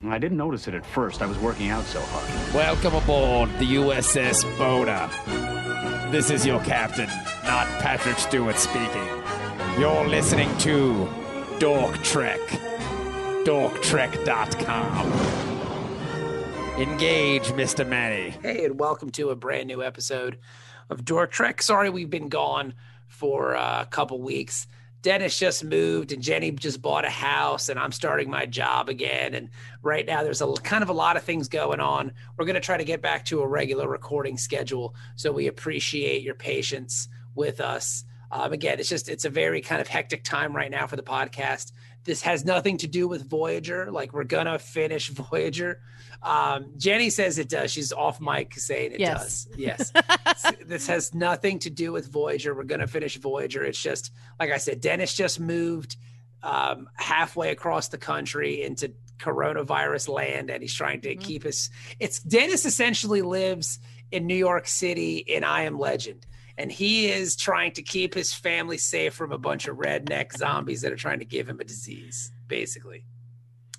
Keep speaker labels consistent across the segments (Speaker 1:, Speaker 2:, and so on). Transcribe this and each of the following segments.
Speaker 1: And I didn't notice it at first. I was working out so hard.
Speaker 2: Welcome aboard the USS Boda. This is your captain, not Patrick Stewart speaking. You're listening to Dork Trek. DorkTrek.com. Engage, Mr. Manny.
Speaker 3: Hey, and welcome to a brand new episode of Dork Trek. Sorry we've been gone for uh, a couple weeks. Dennis just moved, and Jenny just bought a house, and I'm starting my job again. And right now, there's a kind of a lot of things going on. We're going to try to get back to a regular recording schedule, so we appreciate your patience with us. Um, again, it's just it's a very kind of hectic time right now for the podcast. This has nothing to do with Voyager. Like we're gonna finish Voyager. Um, Jenny says it does. She's off mic saying it
Speaker 4: Yes.
Speaker 3: does. Yes. this has nothing to do with Voyager. We're going to finish Voyager. It's just, like I said, Dennis just moved um, halfway across the country into coronavirus land and he's trying to keep his. It's Dennis essentially lives in New York City in I Am Legend. And he is trying to keep his family safe from a bunch of redneck zombies that are trying to give him a disease, basically.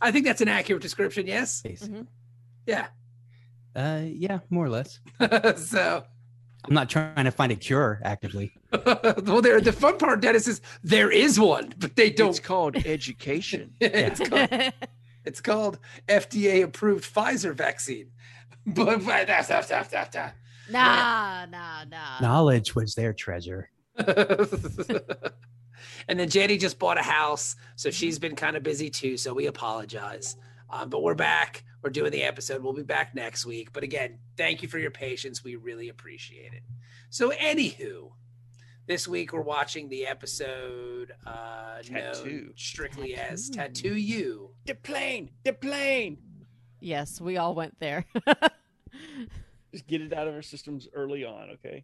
Speaker 3: I think that's an accurate description. Yes.
Speaker 5: Basically.
Speaker 3: Yeah.
Speaker 5: Uh, yeah, more or less.
Speaker 3: so.
Speaker 5: I'm not trying to find a cure actively.
Speaker 3: well, there. The fun part, Dennis, is there is one, but they don't.
Speaker 6: It's called education.
Speaker 3: it's, called, it's called FDA-approved Pfizer vaccine. But but- da- da- da- da- da.
Speaker 4: nah, nah,
Speaker 3: Uh,
Speaker 4: nah.
Speaker 5: Knowledge was their treasure.
Speaker 3: and then Jenny just bought a house, so she's been kind of busy too. So we apologize, um, but we're back. We're doing the episode. We'll be back next week. But again, thank you for your patience. We really appreciate it. So, anywho, this week we're watching the episode uh, known
Speaker 6: Tattoo.
Speaker 3: strictly as
Speaker 4: Tattoo.
Speaker 3: "Tattoo You."
Speaker 6: the plane, the plane.
Speaker 4: Yes, we all went there.
Speaker 6: Just get it out of our systems early on, okay?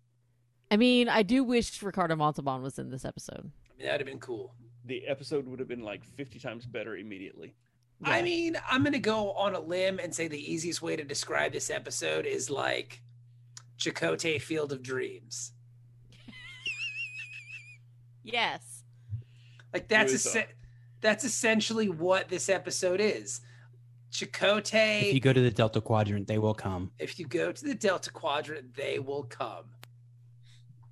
Speaker 4: I mean, I do wish Ricardo Montalban was in this episode.
Speaker 3: I mean, that'd have been cool.
Speaker 6: The episode would have been like 50 times better immediately.
Speaker 3: I mean, I'm going to go on a limb and say the easiest way to describe this episode is like Chakotay Field of Dreams.
Speaker 4: Yes.
Speaker 3: Like that's
Speaker 6: Really so.
Speaker 3: es- that's essentially what this episode is. Chakotay.
Speaker 5: If you go to the Delta Quadrant, they will come.
Speaker 3: to the Delta Quadrant, they will come.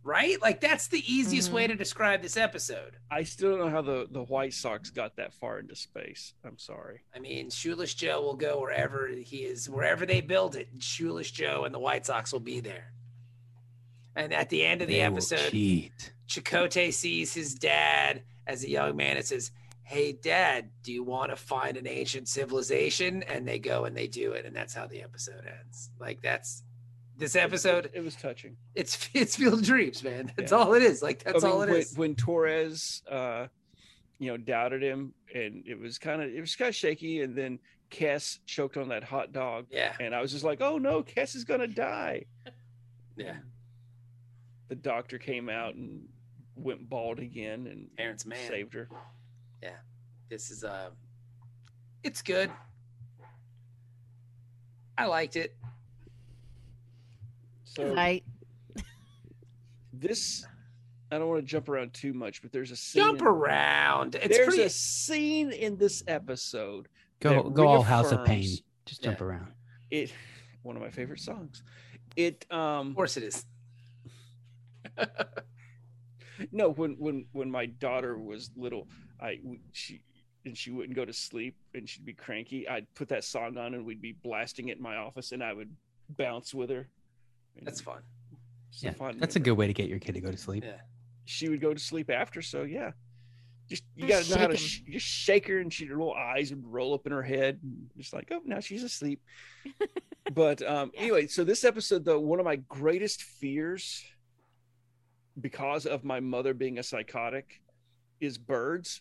Speaker 3: Right? Like that's the easiest
Speaker 4: Mhm.
Speaker 3: way to describe this episode.
Speaker 6: I still don't know how the, the White Sox got that far into space. I'm sorry.
Speaker 3: I mean, Shoeless Joe will go wherever he is, wherever they build it. Shoeless Joe and the White Sox will be there. And at the end of the
Speaker 5: They will
Speaker 3: episode,
Speaker 5: cheat.
Speaker 3: Chakotay sees his dad as a young man and says, "Hey, Dad, do you want to find an ancient civilization?" And they go and they do it, and that's how the episode ends. Like that's this episode.
Speaker 6: It was touching.
Speaker 3: It's it's Field of Dreams, man. That's
Speaker 6: Yeah.
Speaker 3: all it is. Like that's
Speaker 6: I mean,
Speaker 3: all it
Speaker 6: when,
Speaker 3: is.
Speaker 6: When Torres, uh, you know, doubted him, and it was kind of it was kind of shaky, and then Cass choked on that hot dog,
Speaker 3: Yeah,
Speaker 6: and I was just like, oh no, Cass is gonna die.
Speaker 3: yeah.
Speaker 6: The doctor came out and went bald again, and
Speaker 3: Terrence Mann.
Speaker 6: saved her.
Speaker 3: This is uh, it's good. I liked it.
Speaker 6: So
Speaker 4: Right.
Speaker 6: this, I don't want to jump around too much, but there's a scene
Speaker 3: Jump
Speaker 6: in-
Speaker 3: around. It's
Speaker 6: there's
Speaker 3: pretty.
Speaker 6: a scene in this episode.
Speaker 5: Go,
Speaker 6: that
Speaker 5: go all House of Pain.
Speaker 6: reaffirms-
Speaker 5: Just jump around.
Speaker 6: It, one of my favorite songs. It um
Speaker 3: of course, it is.
Speaker 6: no when when when my daughter was little, I she and she wouldn't go to sleep and she'd be cranky. I'd put that song on and we'd be blasting it in my office and I would bounce with her. And
Speaker 3: That's fun.
Speaker 6: it's
Speaker 5: Yeah,
Speaker 6: fun
Speaker 5: that's a
Speaker 6: memory.
Speaker 5: good way to get your kid to go to sleep.
Speaker 3: Yeah.
Speaker 6: She would go to sleep after, so yeah. Just you gotta
Speaker 4: Just
Speaker 6: know how to sh-
Speaker 4: shake
Speaker 6: just shake her, and she her little eyes would roll up in her head, and just like, oh, now she's asleep. but um,
Speaker 4: Yeah.
Speaker 6: anyway, so this episode, though, one of my greatest fears, because of my mother being a psychotic, is birds.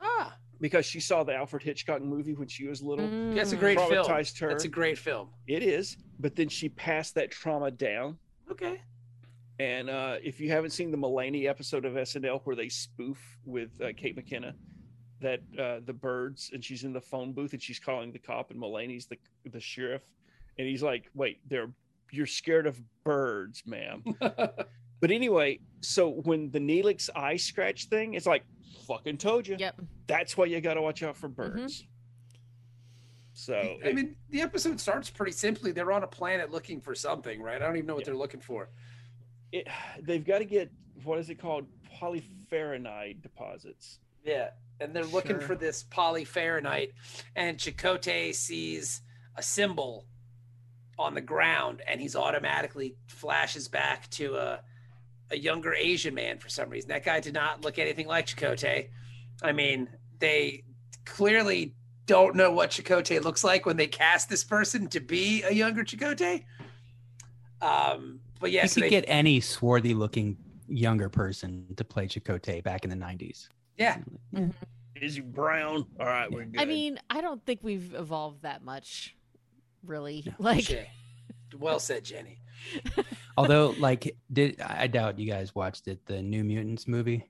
Speaker 3: Ah,
Speaker 6: Because she saw the Alfred Hitchcock movie when she was little,
Speaker 3: that's a
Speaker 4: Mm.
Speaker 3: great film.
Speaker 6: traumatized her.
Speaker 3: That's a great film.
Speaker 6: it is, but then she passed that trauma down.
Speaker 3: Okay.
Speaker 6: And uh, if you haven't seen the Mulaney episode of SNL where they spoof with uh, Kate McKenna, that uh, the birds, and she's in the phone booth and she's calling the cop, and Mulaney's the the sheriff, and he's like, "Wait, they're you're scared of birds, ma'am." but anyway, so when the Neelix eye scratch thing, it's like, "Fucking told you."
Speaker 4: Yep.
Speaker 6: That's why you got to watch out for birds. So
Speaker 3: Mm-hmm. I
Speaker 6: it-
Speaker 3: mean, the episode starts pretty simply. They're on a planet looking for something, right? I don't even know what
Speaker 6: Yeah.
Speaker 3: they're looking for.
Speaker 6: it, they've got to get what is it called polypheronide deposits.
Speaker 3: Yeah, and they're looking
Speaker 6: Sure.
Speaker 3: for this polypheronite, and Chakotay sees a symbol on the ground, and he's automatically flashes back to a a younger Asian man for some reason. That guy did not look anything like Chakotay. I mean, they clearly don't know what Chakotay looks like when they cast this person to be a younger Chakotay. Um, but yeah,
Speaker 5: you
Speaker 3: so
Speaker 5: could
Speaker 3: they,
Speaker 5: get any swarthy looking younger person to play Chakotay back in the 90s.
Speaker 3: yeah,
Speaker 6: Is he brown? All right, we're good.
Speaker 4: I mean, I don't think we've evolved that much, really. Like,
Speaker 3: Shay. well said, Jenny.
Speaker 5: Although, like, did I doubt you guys watched it? The New Mutants movie.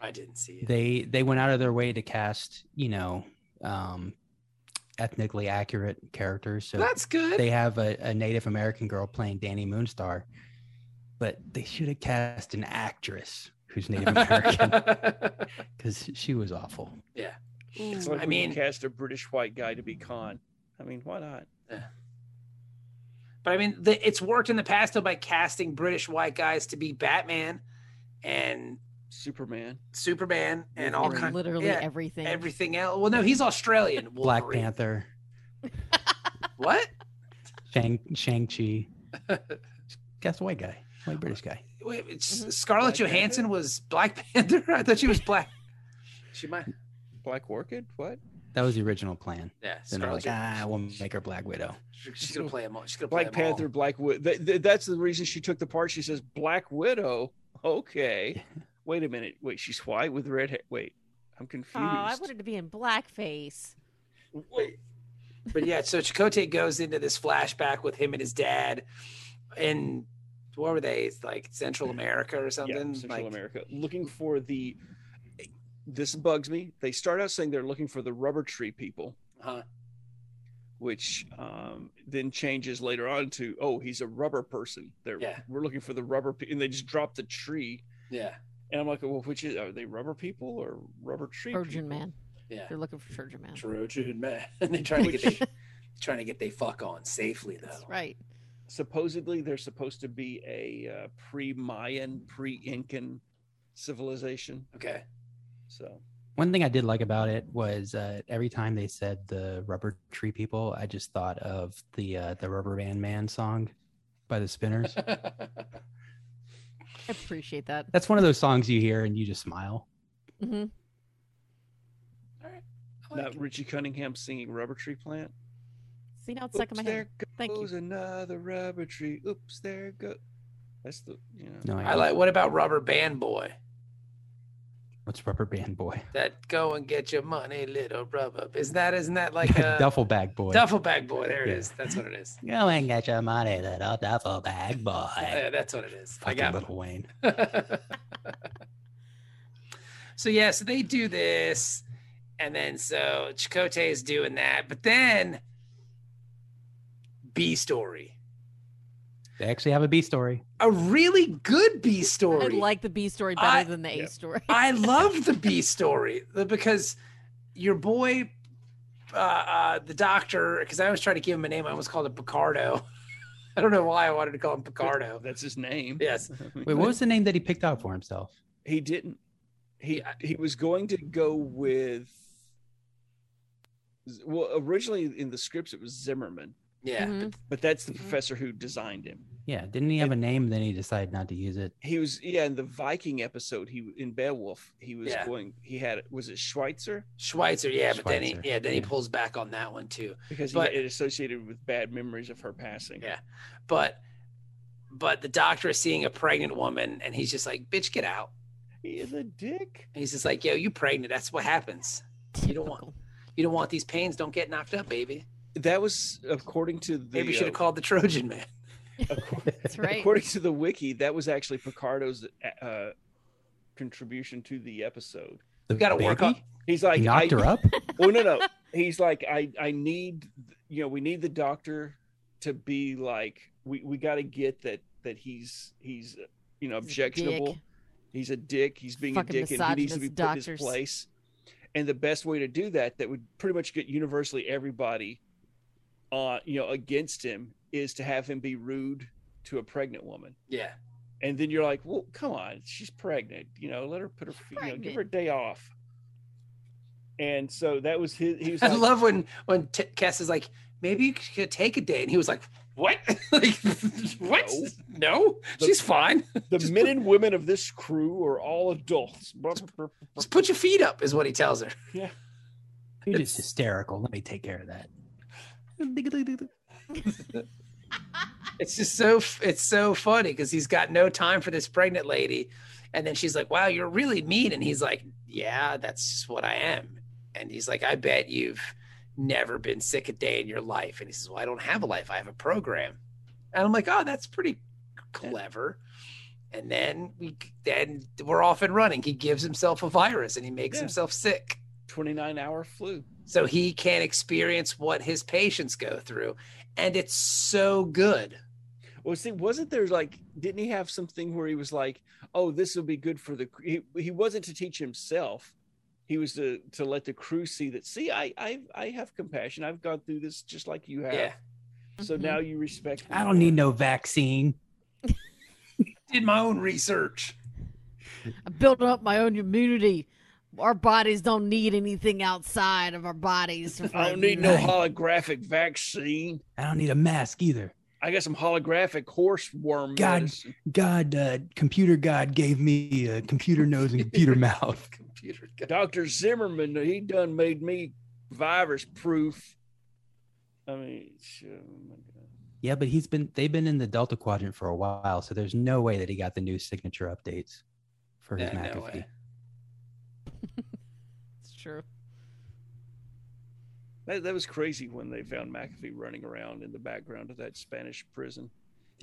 Speaker 3: I didn't see it.
Speaker 5: They they went out of their way to cast, you know, um, ethnically accurate characters. So
Speaker 3: That's good.
Speaker 5: they have a, a Native American girl playing Danny Moonstar, but they should have cast an actress who's Native American because she was awful.
Speaker 6: It's
Speaker 3: I
Speaker 6: like I
Speaker 3: mean-
Speaker 6: mean, cast a British white guy to be Khan. I mean, why not?
Speaker 3: But I mean, the, it's worked in the past though by casting British white guys to be Batman and
Speaker 6: Superman.
Speaker 3: Superman and all
Speaker 4: and
Speaker 3: kinds,
Speaker 4: literally
Speaker 3: yeah,
Speaker 4: everything.
Speaker 3: everything else. Well, no, he's Australian.
Speaker 5: Black
Speaker 3: Wolverine.
Speaker 5: Panther,
Speaker 3: What?
Speaker 5: Shang Shang Chi, cast a white guy, white British guy.
Speaker 3: Wait, it's, Scarlett
Speaker 6: Black
Speaker 3: Johansson
Speaker 6: Panther?
Speaker 3: was Black Panther. I thought she was black. she might.
Speaker 6: Black Orchid? What?
Speaker 5: That was the original plan.
Speaker 3: Yeah,
Speaker 5: Then they're
Speaker 3: Scarlett.
Speaker 5: like,
Speaker 3: Johansson.
Speaker 5: ah, we'll make her Black Widow.
Speaker 3: she's gonna play him. all- She's gonna play
Speaker 6: Black
Speaker 3: 'em all.
Speaker 6: Panther, Black Widow. Th- th- that's the reason she took the part. She says Black Widow. Okay. Wait a minute. Wait, she's white with red hair. Wait, I'm
Speaker 4: Oh,
Speaker 6: confused.
Speaker 4: I wanted to be in blackface.
Speaker 6: Wait.
Speaker 3: But yeah, so Chakotay goes into this flashback with him and his dad, and where were they? It's like Central America or
Speaker 6: Yeah,
Speaker 3: something.
Speaker 6: Central
Speaker 3: like,
Speaker 6: America. Looking for the. This bugs me. They start out saying they're looking for the rubber tree people,
Speaker 3: Huh?
Speaker 6: which um, then changes later on to, oh, he's a rubber person. They're
Speaker 3: Yeah.
Speaker 6: we're looking for the rubber, pe- and they just drop the tree.
Speaker 3: Yeah.
Speaker 6: And I'm like, well, which is are they rubber people or rubber tree?
Speaker 4: Trojan
Speaker 6: people?
Speaker 4: Man.
Speaker 3: Yeah.
Speaker 4: They're looking for Trojan Man.
Speaker 3: Trojan man. And they're trying to get they trying to get they fuck on safely though.
Speaker 4: That's right.
Speaker 6: supposedly they're supposed to be a uh, pre-mayan pre-incan civilization
Speaker 3: Okay.
Speaker 6: so
Speaker 5: One thing I did like about it was uh, every time they said the rubber tree people, I just thought of the uh, the Rubber Band Man song by the Spinners.
Speaker 4: I appreciate that.
Speaker 5: That's one of those songs you hear and you just smile.
Speaker 4: hmm
Speaker 6: not richie cunningham singing rubber tree plant
Speaker 4: See now it's stuck in my head.
Speaker 6: there
Speaker 4: Thank you.
Speaker 6: goes another rubber tree oops there go that's the you know
Speaker 5: No,
Speaker 3: I like what about rubber band boy?
Speaker 5: what's Rubber Band Boy.
Speaker 3: That go and get your money, little rubber. Isn't that isn't that like a
Speaker 5: duffel bag boy.
Speaker 3: duffel bag boy? There it
Speaker 5: Yeah.
Speaker 3: is. That's what it is.
Speaker 5: Go and get your money, little duffel bag boy.
Speaker 3: Yeah, that's what it is. I
Speaker 5: Fucking
Speaker 3: got
Speaker 5: little Wayne.
Speaker 3: so yeah, so they do this, and then so Chakotay is doing that, but then B story,
Speaker 5: They actually have a B story.
Speaker 3: a really good B
Speaker 4: I
Speaker 3: story.
Speaker 4: like the B story better
Speaker 3: I-
Speaker 4: than the
Speaker 6: yeah.
Speaker 4: A story.
Speaker 3: I love the B story the- because your boy, uh, uh, the doctor, because I always try to give him a name. I almost called it Picardo. I don't know why I wanted to call him Picardo.
Speaker 6: that's his name
Speaker 3: Yes.
Speaker 5: Wait, what was the name that he picked out for himself?
Speaker 6: he didn't he
Speaker 3: Yeah.
Speaker 6: he was going to go with well originally in the scripts it was zimmerman
Speaker 3: Yeah.
Speaker 4: Mhm.
Speaker 6: but that's the
Speaker 4: Mhm.
Speaker 6: professor who designed him
Speaker 5: Yeah, didn't he have a name? Then he decided not to use it.
Speaker 6: he was yeah in the viking episode he in beowulf he was
Speaker 3: Yeah.
Speaker 6: going he had was it schweitzer
Speaker 3: Schweitzer. Yeah. But then he,
Speaker 5: Schweitzer,
Speaker 3: yeah, then he
Speaker 5: yeah.
Speaker 3: pulls back on that one too.
Speaker 6: because
Speaker 3: But-
Speaker 6: he had it associated with bad memories of her passing
Speaker 3: Yeah. But, but the doctor is seeing a pregnant woman and he's just like, bitch, get out.
Speaker 6: he is a dick
Speaker 3: And he's just like, yo, you pregnant. That's what happens. You don't want,
Speaker 4: Typical.
Speaker 3: you don't want these pains. Don't get knocked up, baby.
Speaker 6: that was according to the
Speaker 3: Maybe you should have
Speaker 6: uh,
Speaker 3: called the Trojan man.
Speaker 6: according,
Speaker 4: That's right.
Speaker 6: according to the wiki that was actually picardo's uh contribution to the episode
Speaker 5: The
Speaker 3: gotta work on-
Speaker 5: baby?
Speaker 6: he's
Speaker 5: He
Speaker 6: like I,
Speaker 5: knocked her up.
Speaker 6: well no no he's like i i need you know we need the doctor to be like we we got to get that that he's he's you know
Speaker 4: He's a dick.
Speaker 6: objectionable he's a dick he's being
Speaker 4: Fucking
Speaker 6: a dick and he needs to be
Speaker 4: misogynist
Speaker 6: put in
Speaker 4: doctors.
Speaker 6: his place and the best way to do that that would pretty much get universally everybody uh, you know, against him is to have him be rude to a pregnant woman.
Speaker 3: Yeah.
Speaker 6: And then you're like, well, come on, she's pregnant. You know, let her put her
Speaker 4: She's
Speaker 6: feet, you know, give
Speaker 4: pregnant.
Speaker 6: her a day off. And so that was his. He was
Speaker 3: I
Speaker 6: like,
Speaker 3: love when when T- Cass is like, maybe you could take a day, and he was like, "What? like, what? No,
Speaker 6: The-
Speaker 3: she's fine.
Speaker 6: the men and women of this crew are all adults.
Speaker 3: Just put your feet up," is what he tells her.
Speaker 5: You're just hysterical. Let me take care of that.
Speaker 3: It's just so f- it's so funny because he's got no time for this pregnant lady, and then she's like, "Wow, you're really mean," and he's like, "Yeah, that's just what I am." And he's like, "I bet you've never been sick a day in your life," and he says, "Well, I don't have a life. I have a program," and I'm like, "Oh, that's pretty clever." And then we then we're off and running. He gives himself a virus and he makes
Speaker 6: Yeah.
Speaker 3: himself sick.
Speaker 6: 29 hour flu.
Speaker 3: so he can experience what his patients go through and it's so good
Speaker 6: Well, see, wasn't there like, didn't he have something where he was like, oh, this will be good for the, cr- he, he wasn't to teach himself. He was to, to let the crew see that, see, I, I, I have compassion. I've gone through this just like you have.
Speaker 3: Yeah.
Speaker 6: So
Speaker 4: Mhm.
Speaker 6: now you respect. me
Speaker 5: I don't
Speaker 6: more."
Speaker 5: need no vaccine.
Speaker 3: did my own research
Speaker 4: I'm building up my own immunity. Our bodies don't need anything outside of our bodies. for
Speaker 6: I don't need no
Speaker 4: immunity.
Speaker 6: holographic vaccine.
Speaker 5: I don't need a mask either.
Speaker 6: I got some holographic horse worm.
Speaker 5: God.
Speaker 6: medicine.
Speaker 5: God, uh, computer God gave me a computer nose and computer mouth.
Speaker 3: computer
Speaker 6: Dr. Zimmerman, he done made me virus proof. I mean, sh- oh my God.
Speaker 5: Yeah, but he's been they've been in the Delta quadrant for a while, so there's no way that he got the new signature updates for his
Speaker 3: Yeah, no
Speaker 5: McAfee.
Speaker 3: way.
Speaker 4: It's true.
Speaker 6: That, that was crazy when they found McAfee running around in the background of that Spanish prison.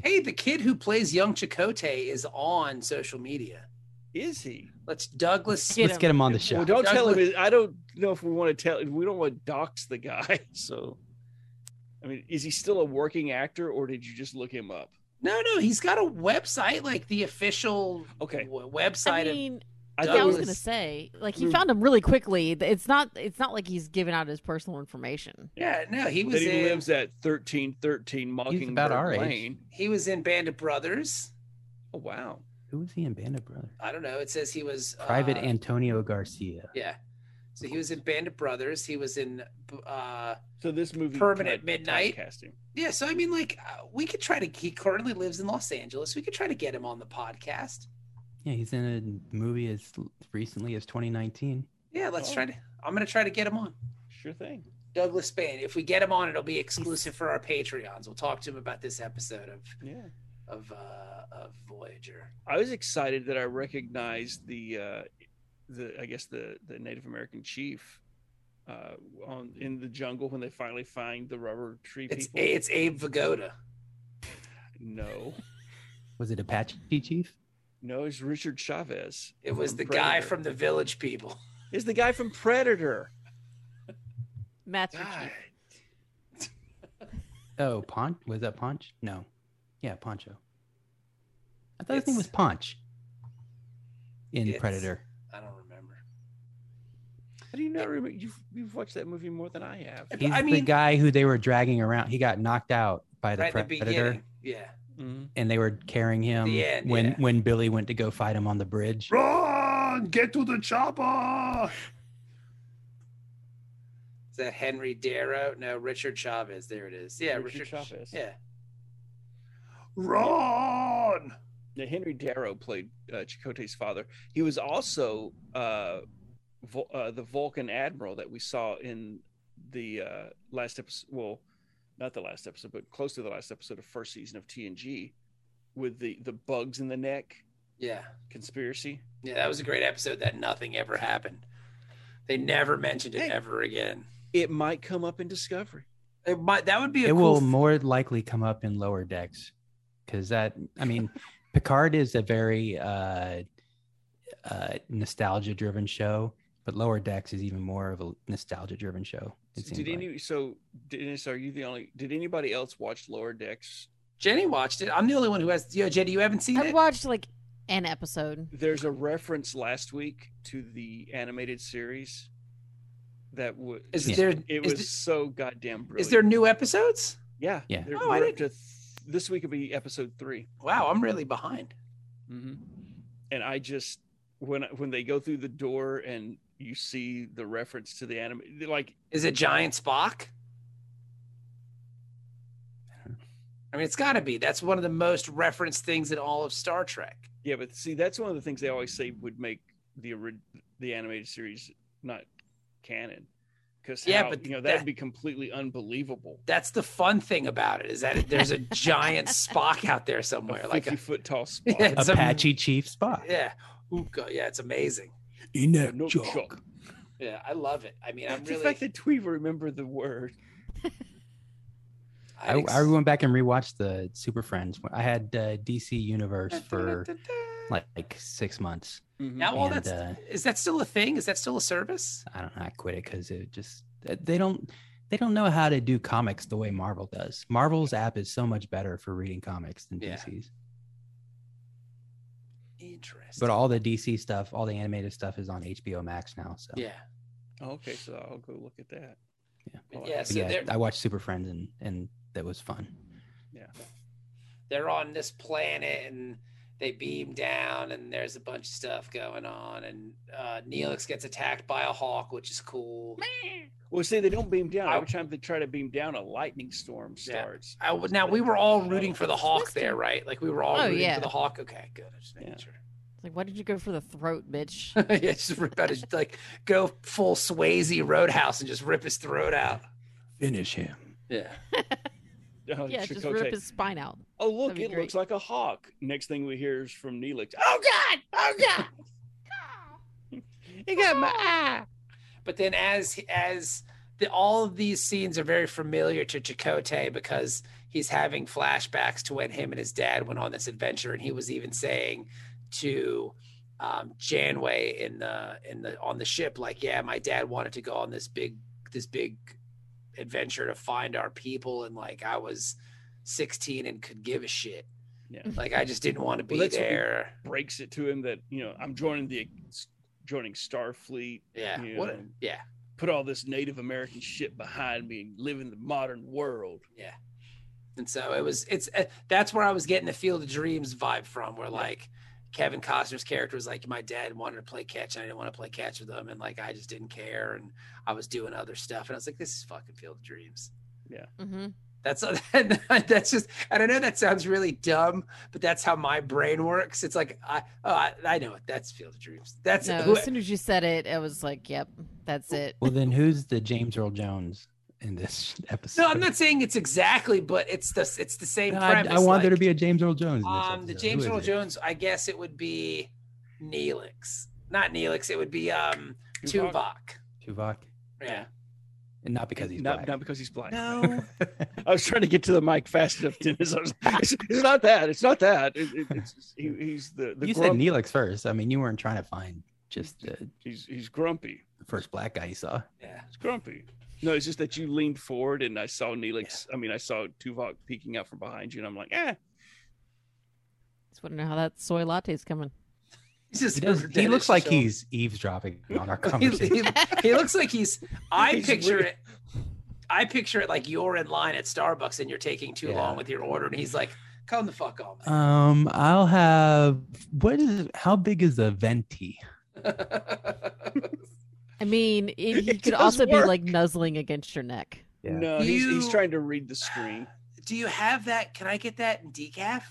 Speaker 3: hey the kid who plays young chicote is on social media
Speaker 6: Is he?
Speaker 3: let's douglas
Speaker 4: Get
Speaker 5: Let's
Speaker 4: him.
Speaker 5: get him on the show.
Speaker 6: Well, don't tell
Speaker 3: Douglas-
Speaker 6: him. I don't know if we want to tell. We don't want to dox the guy. So, I mean, is he still a working actor, or did you just look him up?
Speaker 3: no no he's got a website like the official
Speaker 6: Okay.
Speaker 3: w- website
Speaker 4: I mean,
Speaker 6: I
Speaker 4: yeah,
Speaker 6: thought
Speaker 4: I
Speaker 6: it
Speaker 4: was
Speaker 3: Douglas-
Speaker 4: gonna say, like
Speaker 6: Mm.
Speaker 4: he found him really quickly. It's not. It's not like he's giving out his personal information.
Speaker 3: of yeah no he was
Speaker 6: that he
Speaker 3: in
Speaker 6: lives at thirteen thirteen Mockingbird
Speaker 5: about our age.
Speaker 6: Lane.
Speaker 3: he was in band of brothers
Speaker 6: Oh wow!
Speaker 5: Who was he in Band of Brothers?
Speaker 3: i don't know it says he was
Speaker 5: Private
Speaker 3: uh,
Speaker 5: Antonio Garcia.
Speaker 3: yeah so he was in band of brothers he was in uh
Speaker 6: So this movie
Speaker 3: Permanent
Speaker 6: type-
Speaker 3: Midnight.
Speaker 6: typecast him.
Speaker 3: Yeah, so I mean, like, uh, we could try to. He currently lives in Los Angeles. We could try to get him on the podcast.
Speaker 5: Yeah, he's in a movie as recently as 2019.
Speaker 3: Yeah, let's
Speaker 6: Oh.
Speaker 3: try to. I'm gonna try to get him on.
Speaker 6: Sure thing.
Speaker 3: Douglas Spain. If we get him on, it'll be exclusive for our Patreons. We'll talk to him about this episode of
Speaker 6: Yeah.
Speaker 3: of uh, of Voyager.
Speaker 6: I was excited that I recognized the uh, the I guess the the Native American chief uh, on in the jungle when they finally find the rubber tree
Speaker 3: It's
Speaker 6: people.
Speaker 3: A, it's Abe Vigoda.
Speaker 6: no,
Speaker 5: Was it Apache Chief?
Speaker 6: no, it's Richard Chavez.
Speaker 3: It was
Speaker 6: from
Speaker 3: the guy
Speaker 6: Predator.
Speaker 3: from the Village People.
Speaker 6: It's the guy from Predator.
Speaker 4: Matthew,
Speaker 6: God.
Speaker 5: Oh, Ponch? Was that Ponch? No. Yeah, Poncho. I thought his name
Speaker 3: It's-
Speaker 5: was Ponch in
Speaker 3: It's-
Speaker 5: Predator.
Speaker 3: I don't remember.
Speaker 6: How do you not remember? You've, you've watched that movie more than I have.
Speaker 3: But
Speaker 5: He's
Speaker 3: I
Speaker 5: the
Speaker 3: mean,
Speaker 5: guy who they were dragging around. He got knocked out by the
Speaker 3: right at the
Speaker 5: Predator
Speaker 3: beginning. Yeah.
Speaker 6: Mm-hmm.
Speaker 5: and they were carrying him
Speaker 3: The end,
Speaker 5: when,
Speaker 3: yeah.
Speaker 5: when Billy went to go fight him on the bridge.
Speaker 1: Run! Get to the chopper!
Speaker 3: Is that Henry Darrow? No, Richard Chavez. There it is. Yeah,
Speaker 6: Richard
Speaker 3: Richard,
Speaker 6: Chavez.
Speaker 3: Yeah.
Speaker 1: Run!
Speaker 6: Now, Henry Darrow played uh, Chakotay's father. He was also uh, Vul- uh, the Vulcan admiral that we saw in the uh, last episode. Well, not the last episode, but close to the last episode of first season of TNG, with the the bugs in the neck
Speaker 3: Yeah.
Speaker 6: conspiracy.
Speaker 3: Yeah, that was a great episode that nothing ever happened. They never mentioned it
Speaker 6: Hey.
Speaker 3: ever again.
Speaker 6: It might come up in Discovery.
Speaker 3: It might, that would be a
Speaker 5: it
Speaker 3: cool
Speaker 5: will
Speaker 3: f-
Speaker 5: more likely come up in lower decks because that i mean picard is a very uh, uh nostalgia driven show but lower decks is even more of a nostalgia driven show it seems
Speaker 6: Did
Speaker 5: like.
Speaker 6: any? So, Dennis, are you the only? Did anybody else watch Lower Decks?
Speaker 3: Jenny watched it. I'm the only one who has. Yo, Jenny, you haven't seen
Speaker 4: I
Speaker 3: it?
Speaker 4: watched like an episode.
Speaker 6: There's a reference last week to the animated series that would
Speaker 3: Is
Speaker 5: Yeah.
Speaker 3: there
Speaker 6: it
Speaker 3: is
Speaker 6: was so goddamn
Speaker 3: th-
Speaker 6: brilliant.
Speaker 3: is there new episodes?
Speaker 6: Yeah,
Speaker 5: Yeah.
Speaker 6: there-
Speaker 3: Oh, I
Speaker 6: we're up
Speaker 3: didn't-
Speaker 6: to th- this week will be episode 3
Speaker 3: Wow, I'm really behind.
Speaker 6: Mm-hmm. And I just when I- when they go through the door and you see the reference to the anime, like
Speaker 3: Is it Giant Spock? I mean, it's got to be. That's one of the most referenced things in all of Star Trek.
Speaker 6: yeah, but see, that's one of the things they always say would make the ori- the animated series not canon, because
Speaker 3: Yeah,
Speaker 6: yeah,
Speaker 3: but
Speaker 6: you know that'd
Speaker 3: that-
Speaker 6: be completely unbelievable.
Speaker 3: That's the fun thing about it is that there's a giant Spock out there
Speaker 6: A
Speaker 3: somewhere,
Speaker 6: fifty
Speaker 3: like a
Speaker 6: foot tall spot.
Speaker 3: yeah, it's a-
Speaker 5: Apache Chief Spock.
Speaker 3: yeah, Ooka, yeah, it's amazing.
Speaker 1: Enough
Speaker 6: No
Speaker 1: joke.
Speaker 6: joke.
Speaker 3: Yeah, I love it. I mean, I'm
Speaker 6: the
Speaker 3: really.
Speaker 6: fact that we remember the word.
Speaker 5: I, I went back and rewatched the Super Friends. I had uh, DC Universe for like, like six months.
Speaker 3: now all
Speaker 5: and,
Speaker 3: that's
Speaker 5: uh,
Speaker 3: is that still a thing? Is that still a service?
Speaker 5: I don't know. I quit it because it just uh, they don't they don't know how to do comics the way Marvel does. Marvel's app is so much better for reading comics than
Speaker 3: Yeah.
Speaker 5: DC's.
Speaker 3: Interesting.
Speaker 5: But all the DC stuff, all the animated stuff, is on HBO Max now. So
Speaker 3: yeah,
Speaker 6: Oh, okay, so I'll go look at that. Oh,
Speaker 5: Yeah.
Speaker 6: I like
Speaker 3: Yeah,
Speaker 6: that.
Speaker 5: But
Speaker 3: so
Speaker 5: yeah,
Speaker 3: there-
Speaker 5: I watched Super Friends and and that was fun.
Speaker 3: they're on this planet and they beam down and there's a bunch of stuff going on and uh, Neelix gets attacked by a hawk, which is cool.
Speaker 6: Well, see, they don't beam down.
Speaker 3: I-
Speaker 6: Every time they try to beam down, a lightning storm starts.
Speaker 3: I w Uh, now we were all rooting for the hawk there, right? Like we were all
Speaker 4: Oh,
Speaker 3: rooting
Speaker 4: yeah.
Speaker 3: for the hawk. Okay, good. I just making
Speaker 6: Yeah.
Speaker 3: sure.
Speaker 4: It's like, why did you go for the throat, bitch?
Speaker 3: yeah, just rip out his like go full Swayze Roadhouse and just rip his throat out.
Speaker 1: Finish him.
Speaker 3: Yeah.
Speaker 6: Oh,
Speaker 4: yeah, just
Speaker 6: Chakotay.
Speaker 4: rip his spine out.
Speaker 6: Oh, look,
Speaker 4: That'd
Speaker 6: it
Speaker 4: be
Speaker 6: looks like a hawk. Next thing we hear is from Neelix. Oh God! Oh God!
Speaker 3: He got my eye. Ah. But then as as the all of these scenes are very familiar to Chakotay because he's having flashbacks to when him and his dad went on this adventure, and he was even saying to um, Janeway in the in the on the ship, like, "Yeah, my dad wanted to go on this big this big adventure to find our people, and like I was 16 and could give a shit."
Speaker 6: Yeah.
Speaker 3: Like I just didn't want to be
Speaker 6: Well, that's what we-
Speaker 3: there.
Speaker 6: Breaks it to him that you know I'm joining the joining Starfleet.
Speaker 3: yeah.
Speaker 6: you
Speaker 3: What?
Speaker 6: know,
Speaker 3: Yeah.
Speaker 6: Put all this Native American shit behind me and live in the modern world.
Speaker 3: Yeah. And so it was, it's, uh, that's where I was getting the Field of Dreams vibe from, where like Kevin Costner's character was like, my dad wanted to play catch and I didn't want to play catch with him. And like, I just didn't care. And I was doing other stuff. And I was like, this is fucking Field of Dreams.
Speaker 4: Mm-hmm.
Speaker 3: That's, that's just, and I know that sounds really dumb, but that's how my brain works. It's like, I, oh, I, I know it. That's Field of Dreams. That's
Speaker 4: No,
Speaker 3: who,
Speaker 4: as soon as you said it, I was like, yep, that's it.
Speaker 5: Well, then who's the James Earl Jones in this episode?
Speaker 3: no, I'm not saying it's exactly, but it's the, it's the same
Speaker 5: No, I,
Speaker 3: premise.
Speaker 5: I want there to
Speaker 3: like-
Speaker 5: be a James Earl Jones. in this
Speaker 3: Um, the
Speaker 5: episode. Who
Speaker 3: James
Speaker 5: is
Speaker 3: Earl
Speaker 5: it?
Speaker 3: Jones, I guess it would be Neelix, not Neelix. It would be um
Speaker 6: Tuvok.
Speaker 3: Tuvok.
Speaker 5: Tuvok,
Speaker 3: Yeah,
Speaker 5: and not because he's
Speaker 6: not,
Speaker 5: black.
Speaker 6: not because he's black.
Speaker 5: No.
Speaker 6: I was trying to get to the mic fast enough, Dennis. I was, it's, it's not that. It's not that. It, it, it's, he, he's the, the
Speaker 5: you said
Speaker 6: grump,
Speaker 5: Neelix first. I mean, you weren't trying to find just the,
Speaker 6: he's he's grumpy.
Speaker 5: the first black guy you saw.
Speaker 3: yeah.
Speaker 6: It's grumpy. No, it's just that you leaned forward and I saw Neelix. I mean, I saw Tuvok peeking out from behind you, and I'm like, eh.
Speaker 4: Just want to know how that soy latte's coming.
Speaker 3: He's just
Speaker 5: He, does, he
Speaker 3: Dennis
Speaker 5: looks like
Speaker 3: Shaw.
Speaker 5: he's eavesdropping on our
Speaker 3: He,
Speaker 5: conversation.
Speaker 3: he- he looks like he's. I
Speaker 6: He's
Speaker 3: picture
Speaker 6: weird.
Speaker 3: it. I picture it like you're in line at Starbucks and you're taking too
Speaker 5: Yeah.
Speaker 3: long with your order, and he's like, "Come the fuck on."
Speaker 5: um, I'll have what is how big is the venti?
Speaker 4: I mean, it, he
Speaker 6: It
Speaker 4: could
Speaker 6: does
Speaker 4: also be
Speaker 6: work.
Speaker 4: like nuzzling against your neck.
Speaker 5: Yeah.
Speaker 6: No, he's, he's
Speaker 3: You-
Speaker 6: trying to read the screen.
Speaker 3: do you have that? Can I get that in decaf?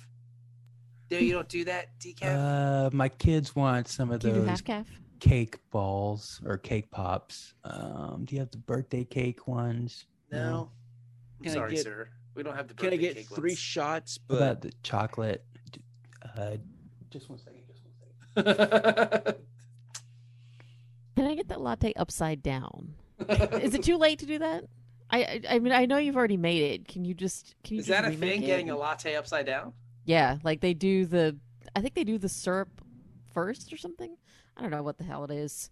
Speaker 3: No, you don't do that decaf.
Speaker 5: Uh, my kids want some of
Speaker 4: Do you do
Speaker 5: those
Speaker 4: half calf?
Speaker 5: cake balls or cake pops. Um, do you have the birthday cake ones?
Speaker 3: no. I'm
Speaker 6: Can I
Speaker 3: sorry,
Speaker 6: get-
Speaker 3: sir. We don't have the.
Speaker 6: Can I
Speaker 3: birthday
Speaker 6: get
Speaker 3: cake
Speaker 6: three
Speaker 3: ones.
Speaker 6: shots?
Speaker 5: What
Speaker 6: But
Speaker 5: about the chocolate? D- Uh, just one second. Just one second.
Speaker 4: Can I get that latte upside down? Is it too late to do that? I, I I mean I know you've already made it. Can you just can you
Speaker 3: Is that
Speaker 4: just
Speaker 3: a thing?
Speaker 4: remake it?
Speaker 3: Getting a latte upside down?
Speaker 4: Yeah, like they do the I think they do the syrup first or something. I don't know what the hell it is.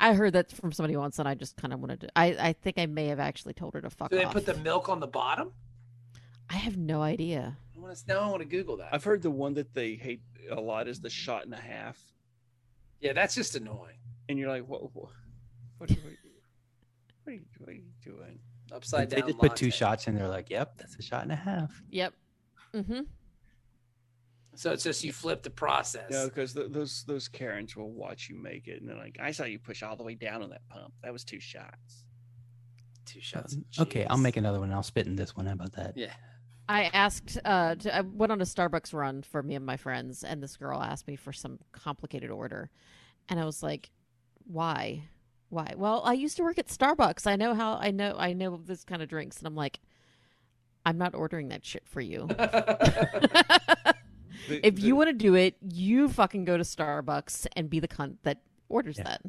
Speaker 4: I heard that from somebody once and I just kind of wanted to I I think I may have actually told her to fuck
Speaker 3: Do they
Speaker 4: off.
Speaker 3: put the milk on the bottom?
Speaker 4: I have no idea.
Speaker 3: I want to, now I want to Google that.
Speaker 6: I've heard the one that they hate a lot is the shot and a half.
Speaker 3: yeah, that's just annoying.
Speaker 6: And you're like, what? what, what What are you, what are you doing?
Speaker 3: Upside
Speaker 5: they
Speaker 3: down.
Speaker 5: just put two
Speaker 3: latte.
Speaker 5: shots in there. Like, yep, that's a shot and a half.
Speaker 4: Yep. Mm-hmm.
Speaker 3: So it's just you flip the process.
Speaker 6: No, because th- those those Karens will watch you make it, and they're like, "I saw you push all the way down on that pump. That was two shots."
Speaker 3: Two shots.
Speaker 5: Um, Okay, I'll
Speaker 3: Jeez.
Speaker 5: make another one. I'll spit in this one. How about that?
Speaker 3: Yeah.
Speaker 4: I asked. Uh, to, I went on a Starbucks run for me and my friends, and this girl asked me for some complicated order, and I was like, "Why? Why?" Well, I used to work at Starbucks. I know how. I know. I know this kind of drinks, and I'm like, "I'm not ordering that shit for you."
Speaker 6: The-
Speaker 4: if
Speaker 6: the-
Speaker 4: you want to do it, you fucking go to Starbucks and be the cunt that orders
Speaker 5: Yeah.
Speaker 4: that.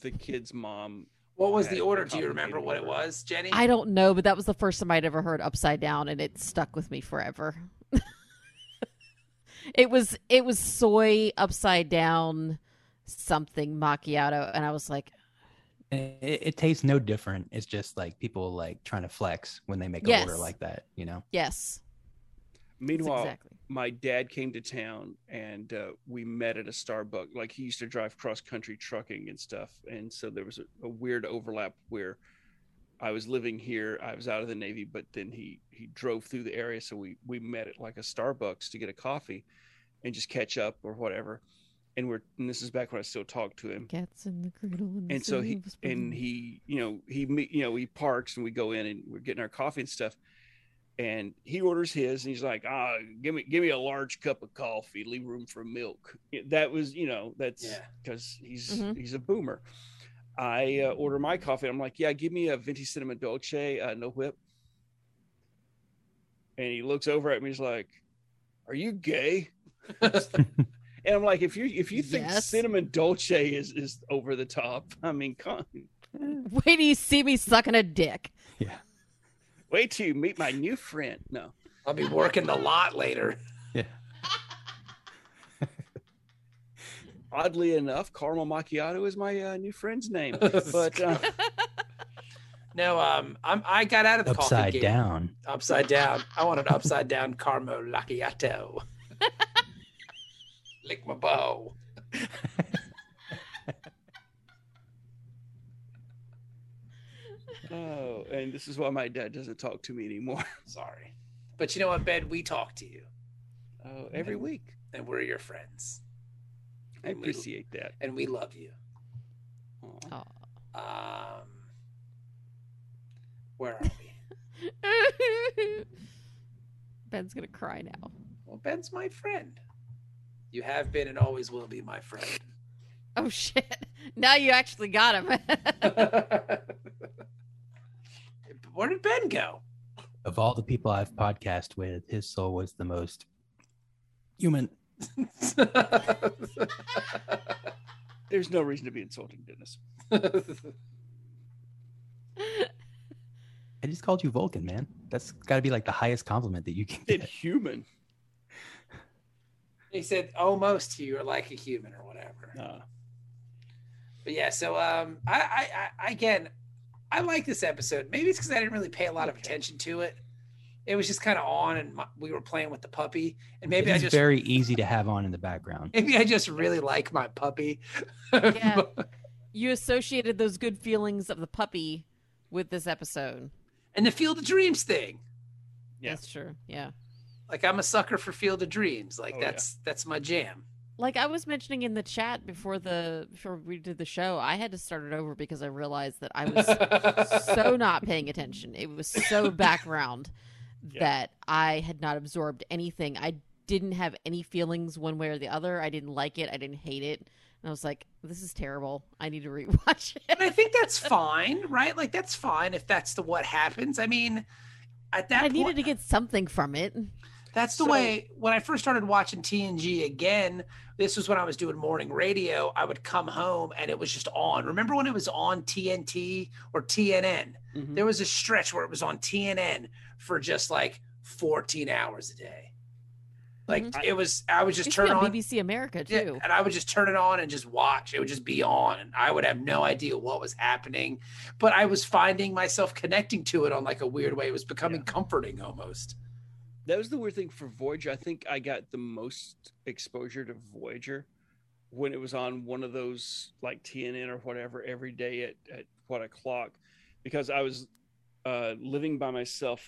Speaker 6: the kid's mom,
Speaker 3: What was
Speaker 6: Had
Speaker 3: the
Speaker 6: a
Speaker 3: order? Do you remember
Speaker 6: complicated
Speaker 3: what it
Speaker 6: order.
Speaker 3: was, Jenny?
Speaker 4: I don't know, but that was the first time I'd ever heard upside down, and it stuck with me forever. it was it was soy upside down something macchiato, and I was like,
Speaker 5: It, it- it tastes no different. It's just like people like trying to flex when they make an
Speaker 4: Yes.
Speaker 5: order like that. You know,
Speaker 4: yes, that's
Speaker 6: meanwhile,
Speaker 4: exactly.
Speaker 6: my dad came to town and uh, we met at a Starbucks. Like he used to drive cross country trucking and stuff, and so there was a, a weird overlap where I was living here, I was out of the Navy, but then he he drove through the area, so we we met at like a Starbucks to get a coffee and just catch up or whatever. And we're and this is back when I still talked to him
Speaker 4: Cats in the cradle, and, the
Speaker 6: and so
Speaker 4: sea
Speaker 6: he
Speaker 4: was born.
Speaker 6: and he you know he me- you know he parks and we go in and we're getting our coffee and stuff and he orders his and he's like ah give me give me a large cup of coffee leave room for milk that was you know that's
Speaker 3: Yeah.
Speaker 6: because he's
Speaker 4: Mhm.
Speaker 6: he's a boomer i uh, order my coffee i'm like yeah give me a venti cinnamon dolce uh, no whip and he looks over at me he's like are you gay and i'm like if you if you think
Speaker 4: Yes.
Speaker 6: cinnamon dolce is is over the top i mean con-
Speaker 4: wait, do you see me sucking a dick?
Speaker 6: Wait till you meet my new friend. No.
Speaker 3: I'll be working the lot later.
Speaker 5: yeah.
Speaker 6: Oddly enough, Caramel Macchiato is my uh, new friend's name. But uh,
Speaker 3: No, um, I'm I got out of the coffee
Speaker 5: Upside
Speaker 3: game.
Speaker 5: down.
Speaker 3: Upside down. I want an upside down Carmo Lacchiato. Lick my bow.
Speaker 6: oh, and this is why my dad doesn't talk to me anymore.
Speaker 3: Sorry, but you know what, Ben? We talk to you,
Speaker 6: Oh, every week.
Speaker 3: and we're your friends,
Speaker 6: I appreciate that.
Speaker 3: and we love you.
Speaker 6: Aw.
Speaker 4: Oh.
Speaker 3: Um, where are we?
Speaker 4: Ben's gonna cry now.
Speaker 3: Well, Ben's my friend. You have been and always will be my friend.
Speaker 4: Oh shit! Now you actually got him.
Speaker 3: Where did Ben go?
Speaker 5: Of all the people I've podcast with, his soul was the most human.
Speaker 6: There's no reason to be insulting, Dennis.
Speaker 5: I just called you Vulcan, man. That's got to be like the highest compliment that you can
Speaker 6: Did
Speaker 5: get.
Speaker 6: human.
Speaker 3: he said almost you are like a human or whatever.
Speaker 6: Uh,
Speaker 3: But yeah, so um, I, I, I again, I like this episode. Maybe it's because I didn't really pay a lot of attention to it. It was just kind of on, and my, we were playing with the puppy, and maybe I
Speaker 5: it's
Speaker 3: just
Speaker 5: very easy to have on in the background.
Speaker 3: maybe I just really like my puppy.
Speaker 4: Yeah. you associated those good feelings of the puppy with this episode.
Speaker 3: and the Field of Dreams thing.
Speaker 6: Yeah.
Speaker 4: That's true. Yeah.
Speaker 3: Like I'm a sucker for Field of Dreams. Like
Speaker 6: Oh, yeah.
Speaker 3: that's that's my jam.
Speaker 4: Like I was mentioning in the chat before the before we did the show, I had to start it over because I realized that I was so not paying attention. It was so background
Speaker 6: Yeah.
Speaker 4: that I had not absorbed anything. I didn't have any feelings one way or the other. I didn't like it. I didn't hate it. And I was like, this is terrible. I need to rewatch it.
Speaker 3: and I think that's fine, right? Like that's fine if that's the what happens. I mean, at that
Speaker 4: I
Speaker 3: point,
Speaker 4: needed to get something from it.
Speaker 3: that's the
Speaker 6: So-
Speaker 3: way when I first started watching TNG again. This was when I was doing morning radio. I would come home and it was just on. Remember when it was on TNT or TNN?
Speaker 6: mhm.
Speaker 3: There was a stretch where it was on TNN for just like 14 hours a day. Like
Speaker 6: Mm-hmm.
Speaker 3: it was, I would just
Speaker 4: It's
Speaker 3: turn
Speaker 4: on
Speaker 3: on
Speaker 4: BBC America
Speaker 3: Yeah,
Speaker 4: too.
Speaker 3: and I would just turn it on and just watch. It would just be on, and I would have no idea what was happening. But I was finding myself connecting to it on like a weird way. It was becoming comforting almost.
Speaker 6: that was the weird thing for Voyager. I think I got the most exposure to Voyager when it was on one of those like TNN or whatever every day at, at what o'clock because I was uh, living by myself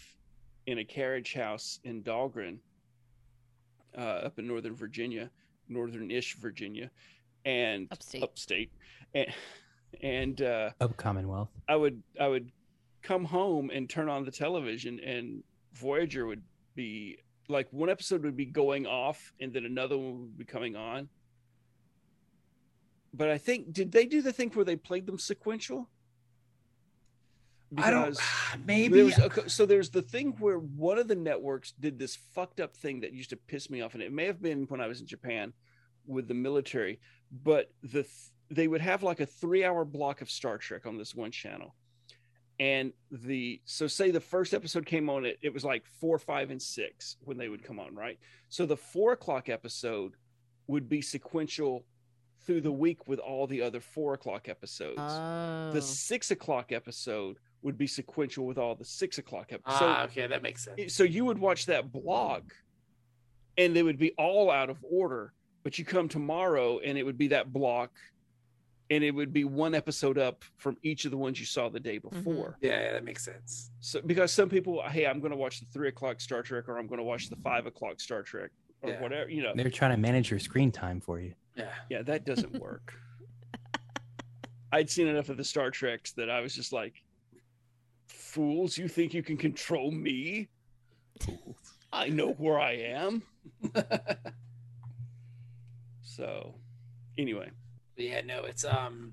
Speaker 6: in a carriage house in Dahlgren uh, up in Northern Virginia, Northern ish Virginia and
Speaker 4: Upstate.
Speaker 6: upstate. And, and, uh,
Speaker 5: of Commonwealth.
Speaker 6: I would I would come home and turn on the television and Voyager would be like one episode would be going off and then another one would be coming on. But I think did they do the thing where they played them sequential?
Speaker 3: I don't.
Speaker 6: Because
Speaker 3: Maybe
Speaker 6: there was- okay, so there's the thing where one of the networks did this fucked up thing that used to piss me off, and it may have been when I was in Japan with the military, but the th- they would have like a three hour block of Star Trek on this one channel, and the so say the first episode came on it it was like four, five, and six when they would come on, right? So the four o'clock episode would be sequential through the week with all the other four o'clock episodes
Speaker 4: Oh.
Speaker 6: the six o'clock episode would be sequential with all the six o'clock
Speaker 3: Ah,
Speaker 6: episodes.
Speaker 3: okay, that makes sense.
Speaker 6: So, so you would watch that block and they would be all out of order, but you come tomorrow and it would be that block and it would be one episode up from each of the ones you saw the day before.
Speaker 3: Yeah, yeah, that makes sense.
Speaker 6: So because some people, hey, I'm going to watch the three o'clock Star Trek or I'm going to watch the five o'clock Star Trek or
Speaker 3: Yeah.
Speaker 6: whatever, you know.
Speaker 5: They're trying to manage your screen time for you.
Speaker 3: Yeah.
Speaker 6: Yeah, that doesn't work. I'd seen enough of the Star Treks that I was just like, fools, you think you can control me? I know where I am. so, anyway,
Speaker 3: Yeah, no, it's um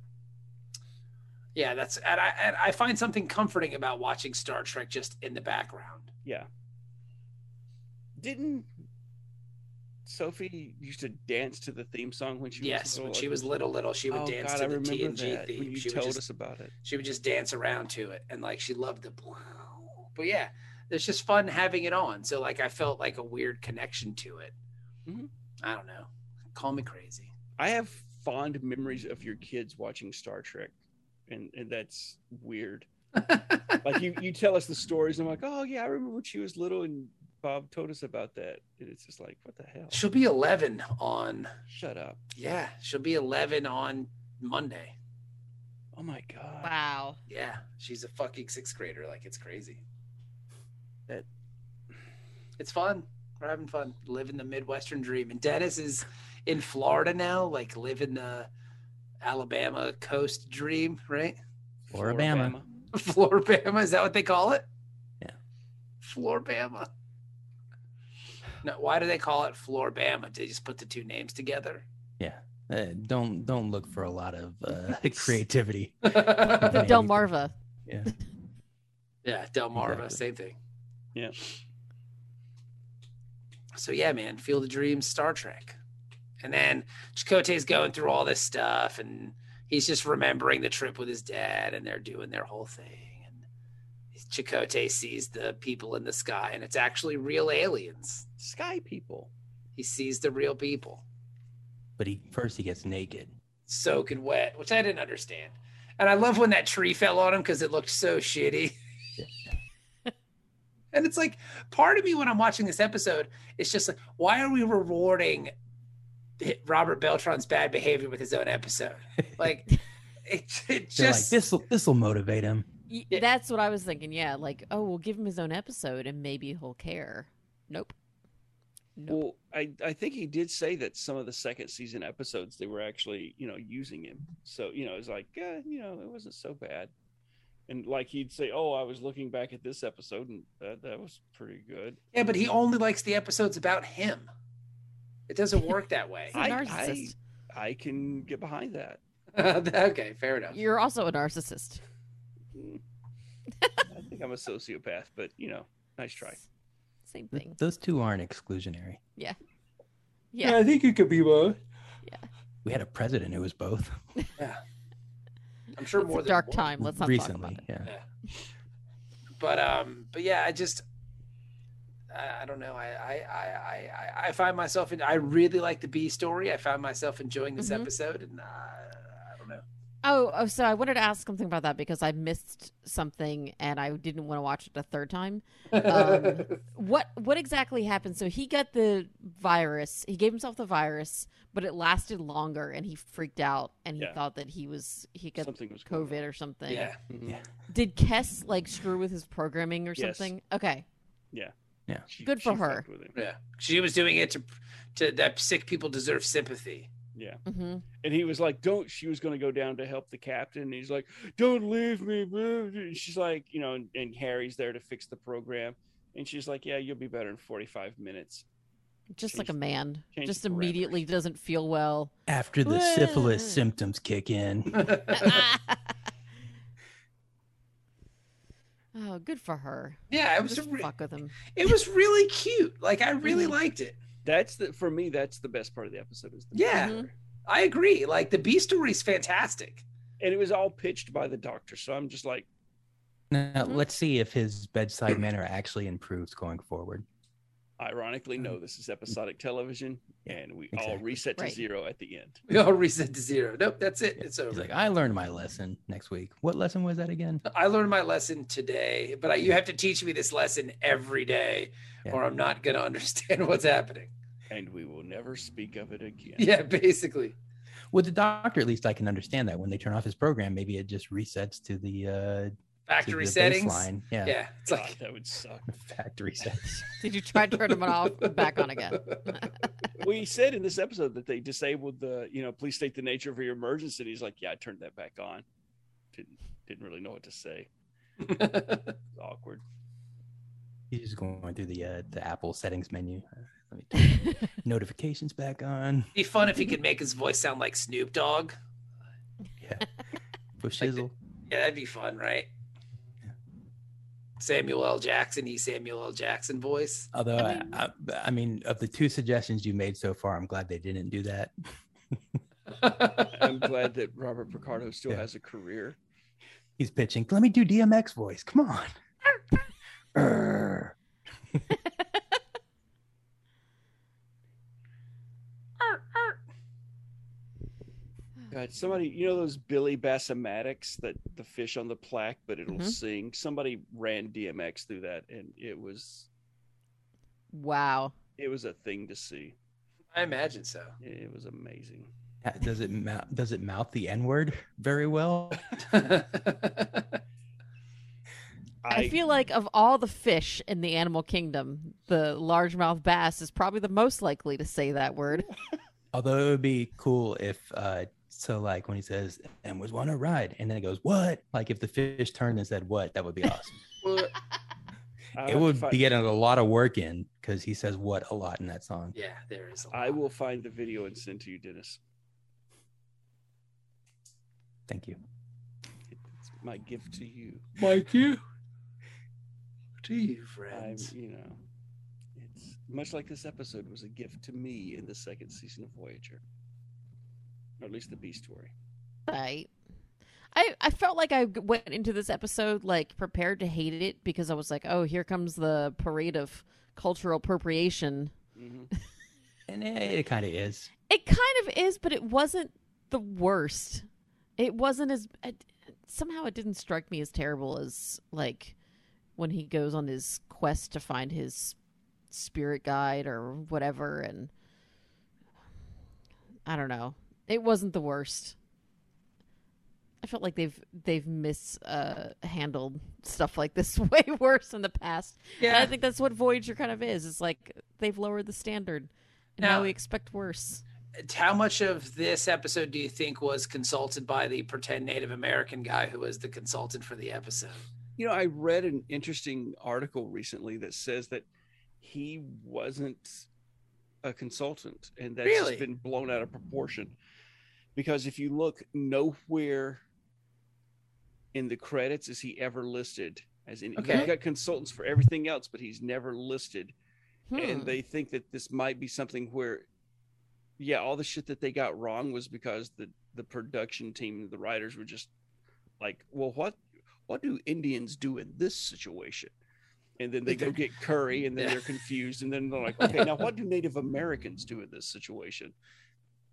Speaker 3: Yeah, that's and I and I find something comforting about watching Star Trek just in the background.
Speaker 6: yeah. Didn't Sophie used to dance to the theme song when she was
Speaker 3: yes,
Speaker 6: little?
Speaker 3: when she was little little, she would
Speaker 6: Oh,
Speaker 3: dance
Speaker 6: God, I
Speaker 3: to the
Speaker 6: remember
Speaker 3: TNG
Speaker 6: that when
Speaker 3: theme.
Speaker 6: you
Speaker 3: She would
Speaker 6: told
Speaker 3: just
Speaker 6: us about it.
Speaker 3: she would just dance around to it and like she loved the But yeah, it's just fun having it on. So like I felt like a weird connection to it.
Speaker 6: Mhm.
Speaker 3: I don't know. Call me crazy.
Speaker 6: I have fond memories of your kids watching Star Trek, and, and that's weird. Like you, you tell us the stories, and I'm like, oh yeah, I remember when she was little, and Bob told us about that, and it's just like, what the hell?
Speaker 3: she'll be 11 on
Speaker 6: Shut up!
Speaker 3: yeah, she'll be 11 on Monday.
Speaker 6: Oh my god,
Speaker 4: Wow.
Speaker 3: Yeah, she's a fucking sixth grader. Like it's crazy.
Speaker 6: That-
Speaker 3: it's fun. We're having fun living the Midwestern dream. And Dennis is in Florida now, like living the Alabama coast dream, right?
Speaker 5: Floribama.
Speaker 3: Floribama, is that what they call it?
Speaker 5: Yeah.
Speaker 3: Floribama. No, why do they call it Floribama? Did they just put the two names together?
Speaker 5: Yeah. Uh, don't don't look for a lot of uh, creativity.
Speaker 4: The
Speaker 5: Yeah, you can-
Speaker 4: Delmarva.
Speaker 5: Yeah.
Speaker 3: Yeah, Delmarva,
Speaker 5: Exactly.
Speaker 3: same thing.
Speaker 6: Yeah.
Speaker 3: So yeah, man, Field of Dreams, Star Trek, and then Chakotay's going through all this stuff, and he's just remembering the trip with his dad, and they're doing their whole thing, and Chakotay sees the people in the sky, and it's actually real aliens.
Speaker 6: Sky people.
Speaker 3: He sees the real people,
Speaker 5: But he first he gets naked.
Speaker 3: soaking wet, which I didn't understand, and I love when that tree fell on him because it looked so shitty. And it's like part of me when I'm watching this episode, it's just like, why are we rewarding Robert Beltran's bad behavior with his own episode? Like, it, it
Speaker 5: They're
Speaker 3: just
Speaker 5: like this will this will motivate him.
Speaker 4: Y-
Speaker 3: Yeah.
Speaker 4: That's what I was thinking. Yeah, like oh, we'll give him his own episode and maybe he'll care. Nope. Nope.
Speaker 6: Well, I I think he did say that some of the second season episodes they were actually you know using him. So you know it's like eh, you know it wasn't so bad, and like he'd say, oh I was looking back at this episode and that that was pretty good.
Speaker 3: yeah, but he only likes the episodes about him. It doesn't work that way.
Speaker 4: He's a
Speaker 6: I-
Speaker 4: narcissist.
Speaker 6: I can get behind that.
Speaker 3: okay, fair enough.
Speaker 4: You're also a narcissist.
Speaker 6: I think I'm a sociopath, but you know, nice try.
Speaker 4: S- Same
Speaker 5: Th-
Speaker 4: thing.
Speaker 5: Those two aren't exclusionary.
Speaker 4: Yeah.
Speaker 6: I think it could be both.
Speaker 5: We had a president who was both
Speaker 3: I'm sure
Speaker 4: it's
Speaker 3: more
Speaker 4: a
Speaker 3: than
Speaker 4: dark
Speaker 3: one.
Speaker 4: time. Let's not talk about
Speaker 5: recently.
Speaker 4: it.
Speaker 5: Yeah.
Speaker 3: But um, but yeah, I just I, I don't know. I I I I, I find myself in. I really like the B story. I found myself enjoying this
Speaker 4: Mhm.
Speaker 3: episode, and uh, I don't know.
Speaker 4: Oh, oh, so I wanted to ask something about that because I missed something and I didn't want to watch it a third time.
Speaker 5: Oh,
Speaker 4: Um, what what exactly happened? So he got the virus. He gave himself the virus, but it lasted longer, and he freaked out and he
Speaker 6: Yeah.
Speaker 4: thought that he was he got
Speaker 6: Something was going
Speaker 4: COVID or something.
Speaker 3: Yeah.
Speaker 4: Did Kess like screw with his programming or
Speaker 6: Yes.
Speaker 4: something? Okay.
Speaker 6: She-
Speaker 4: Good for
Speaker 6: she
Speaker 4: her.
Speaker 6: fucked with him.
Speaker 3: Yeah. She was doing it to, to that sick people deserve sympathy.
Speaker 6: Yeah.
Speaker 4: hmm
Speaker 6: And he was like, "Don't." She was going to go down to help the captain. And he's like, "Don't leave me." boo." And she's like, you know, and, and Harry's there to fix the program. And she's like, "Yeah, you'll be better in forty-five minutes."
Speaker 4: Just like
Speaker 6: Change-
Speaker 4: a man,
Speaker 6: change
Speaker 4: just
Speaker 6: the parameters.
Speaker 4: immediately doesn't feel well.
Speaker 5: After the syphilis symptoms kick in.
Speaker 4: oh, good for her.
Speaker 3: Yeah, it was a
Speaker 4: Just
Speaker 3: re-
Speaker 4: fuck with him.
Speaker 3: it was really cute. Like I really liked it.
Speaker 6: That's the for me. That's the best part of the episode. Is the
Speaker 3: Yeah.
Speaker 4: Mhm.
Speaker 3: I agree. Like the B story is fantastic.
Speaker 6: and it was all pitched by the doctor. So I'm just like,
Speaker 5: Now,
Speaker 4: Mhm.
Speaker 5: let's see if his bedside manner actually improves going forward.
Speaker 6: ironically, no, this is episodic television,
Speaker 5: Yeah,
Speaker 6: and we all
Speaker 5: exactly.
Speaker 6: reset to
Speaker 4: Mm. Right.
Speaker 6: zero at the end.
Speaker 3: We all reset to zero. Nope, that's it. It's
Speaker 5: He's
Speaker 3: over.
Speaker 5: like, I learned my lesson next week. What lesson was that again?
Speaker 3: I learned my lesson today, but I, you have to teach me this lesson every day,
Speaker 5: Yeah.
Speaker 3: or I'm not going to understand what's happening.
Speaker 6: And we will never speak of it again.
Speaker 3: Yeah, basically.
Speaker 5: With the doctor, at least I can understand that when they turn off his program, maybe it just resets to the uh to
Speaker 3: Factory
Speaker 5: the
Speaker 3: settings.
Speaker 5: baseline. Yeah,
Speaker 3: Yeah, it's
Speaker 6: God,
Speaker 3: like
Speaker 6: that would suck.
Speaker 5: factory settings.
Speaker 4: Did you try to turn him off back on again?
Speaker 6: we said in this episode that they disabled the, you know, please state the nature of your emergency. And he's like, yeah, I turned that back on. Didn't didn't really know what to say. It's awkward.
Speaker 5: He's just going through the uh, the Apple settings menu. Uh, Let me turn
Speaker 4: That's
Speaker 5: notifications back on.
Speaker 3: be fun if he could make his voice sound like Snoop Dogg.
Speaker 5: Push shizzle.
Speaker 3: Yeah, that'd be fun, right?
Speaker 5: Yeah.
Speaker 3: Samuel L. Jackson, he Samuel L. Jackson voice.
Speaker 5: Although
Speaker 4: I
Speaker 5: I, I, I mean, of the two suggestions you made so far, I'm glad they didn't do that.
Speaker 6: I'm glad that Robert Picardo still
Speaker 5: Yeah.
Speaker 6: has a career.
Speaker 5: He's pitching. Let me do DMX voice. Come on. Err.
Speaker 6: God, somebody, you know those Billy Bassematics that the fish on the plaque, but it'll
Speaker 5: Mm-hmm.
Speaker 4: Mhm.
Speaker 6: sing. Somebody ran DMX through that, and it was
Speaker 4: wow.
Speaker 6: it was a thing to see.
Speaker 3: I imagine so.
Speaker 6: It was amazing.
Speaker 5: Ha- Does it mou- does it mouth the N word very well?
Speaker 4: I, feel like of all the fish in the animal kingdom, the largemouth bass is probably the most likely to say that word.
Speaker 5: Although it would be cool if uh so like when he says and was want to ride and then it goes what like if the fish turned and said what that would be awesome.
Speaker 3: Well,
Speaker 6: I
Speaker 5: it
Speaker 6: have to
Speaker 5: would
Speaker 6: find-
Speaker 5: be getting a lot of work in because he says what a lot in that song.
Speaker 3: yeah, there is. a
Speaker 6: I
Speaker 3: lot.
Speaker 6: will find the video and send to you, Dennis.
Speaker 5: Thank you.
Speaker 6: It's my gift to you.
Speaker 3: Mike you. To you,
Speaker 6: I'm,
Speaker 3: friends.
Speaker 6: you know, it's much like this episode was a gift to me in the second season of Voyager, or at least the B story.
Speaker 4: Right. I, I felt like I went into this episode like prepared to hate it because I was like, oh, here comes the parade of cultural appropriation.
Speaker 6: hmm
Speaker 5: And it, it kind of is.
Speaker 4: It kind of is, but it wasn't the worst. It wasn't as it, somehow it didn't strike me as terrible as like when he goes on his quest to find his spirit guide or whatever and I don't know. It wasn't the worst. I felt like they've they've mishandled uh, handled stuff like this way worse in the past. And I
Speaker 3: Yeah.
Speaker 4: think that's what Voyager kind of is. It's like they've lowered the standard. And now
Speaker 3: Now-
Speaker 4: we expect worse.
Speaker 3: How much of this episode do you think was consulted by the pretend Native American guy who was the consultant for the episode?
Speaker 6: You know, I read an interesting article recently that says that he wasn't a consultant, and that's
Speaker 3: Really?
Speaker 6: just been blown out of proportion. Because if you look, nowhere in the credits is he ever listed as in.
Speaker 3: Okay.
Speaker 6: He's got consultants for everything else, but he's never listed.
Speaker 4: Hmm.
Speaker 6: And they think that this might be something where, yeah, all the shit that they got wrong was because the the production team, the writers were just like, well, what what do Indians do in this situation? And then they go get curry, and then
Speaker 3: Yeah.
Speaker 6: they're confused, and then they're like, okay, now what do Native Americans do in this situation?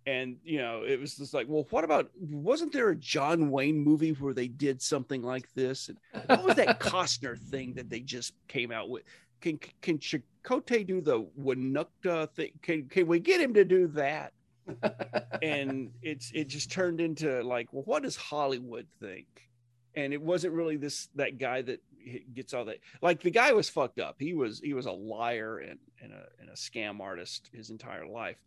Speaker 6: and you know it was just like well what about wasn't there a john wayne movie where they did something like this and what was that costner thing that they just came out with can can chicote do the winukta thing can, can we get him to do that and it's it just turned into like well what does hollywood think and it wasn't really this that guy that h- gets all that like the guy was fucked up he was he was a liar and and a, and a scam artist his entire life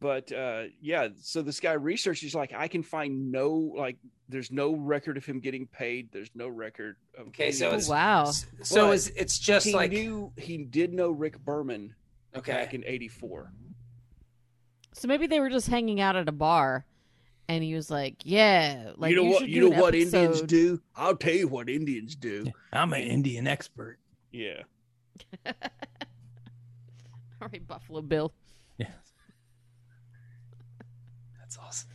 Speaker 6: but uh yeah so this guy researched he's like i can find no like there's no record of him getting paid there's no record of
Speaker 3: Okay, so
Speaker 6: you know,
Speaker 4: Oh,
Speaker 3: it's-
Speaker 4: wow.
Speaker 3: S- So
Speaker 6: But
Speaker 3: is it's just
Speaker 6: he
Speaker 3: like
Speaker 6: knew he did know rick berman
Speaker 3: okay.
Speaker 6: back in 84
Speaker 4: So maybe they were just hanging out at a bar, and he was like, "Yeah, like
Speaker 6: you know what
Speaker 4: should
Speaker 6: you
Speaker 4: do
Speaker 6: know
Speaker 4: an
Speaker 6: what indians
Speaker 4: episode."
Speaker 6: do i'll tell you what indians do
Speaker 5: I'm an Indian expert.
Speaker 6: yeah
Speaker 4: All right, Buffalo Bill.
Speaker 5: Yeah.
Speaker 3: That's awesome.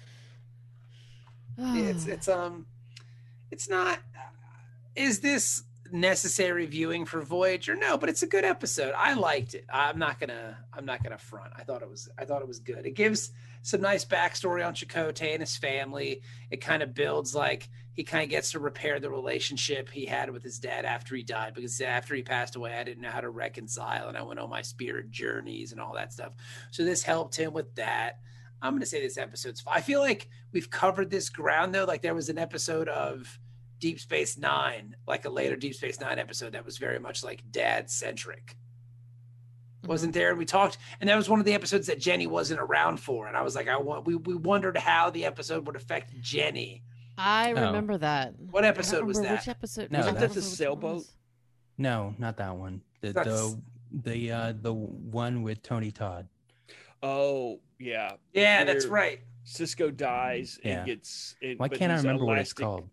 Speaker 3: Yeah, it's it's um it's not uh, is this necessary viewing for voyager no but it's a good episode i liked it i'm not gonna i'm not gonna front i thought it was i thought it was good it gives some nice backstory on chicote and his family it kind of builds like he kind of gets to repair the relationship he had with his dad after he died because after he passed away i didn't know how to reconcile and i went on my spirit journeys and all that stuff so this helped him with that i'm gonna say this episode's i feel like we've covered this ground though like there was an episode of Deep Space Nine, like a later Deep Space Nine episode that was very much like dad centric. Wasn't there? And we talked, and that was one of the episodes that Jenny wasn't around for. And I was like, I want we we wondered how the episode would affect Jenny.
Speaker 4: I
Speaker 5: Oh.
Speaker 4: remember that.
Speaker 3: What
Speaker 4: I
Speaker 3: episode
Speaker 4: don't
Speaker 3: was
Speaker 4: remember
Speaker 3: that?
Speaker 4: Which episode?
Speaker 5: No,
Speaker 4: I don't
Speaker 5: Wasn't that
Speaker 6: the
Speaker 4: remember which one it
Speaker 6: sailboat?
Speaker 4: was.
Speaker 5: No, not that one. The
Speaker 3: That's-
Speaker 5: the the uh the one with Tony Todd.
Speaker 6: oh yeah
Speaker 3: yeah, that's
Speaker 6: Where
Speaker 3: right.
Speaker 6: cisco dies
Speaker 5: Yeah.
Speaker 6: and gets and,
Speaker 5: Why
Speaker 6: but
Speaker 5: can't I
Speaker 6: he's
Speaker 5: remember what it's
Speaker 6: elastic.
Speaker 5: called?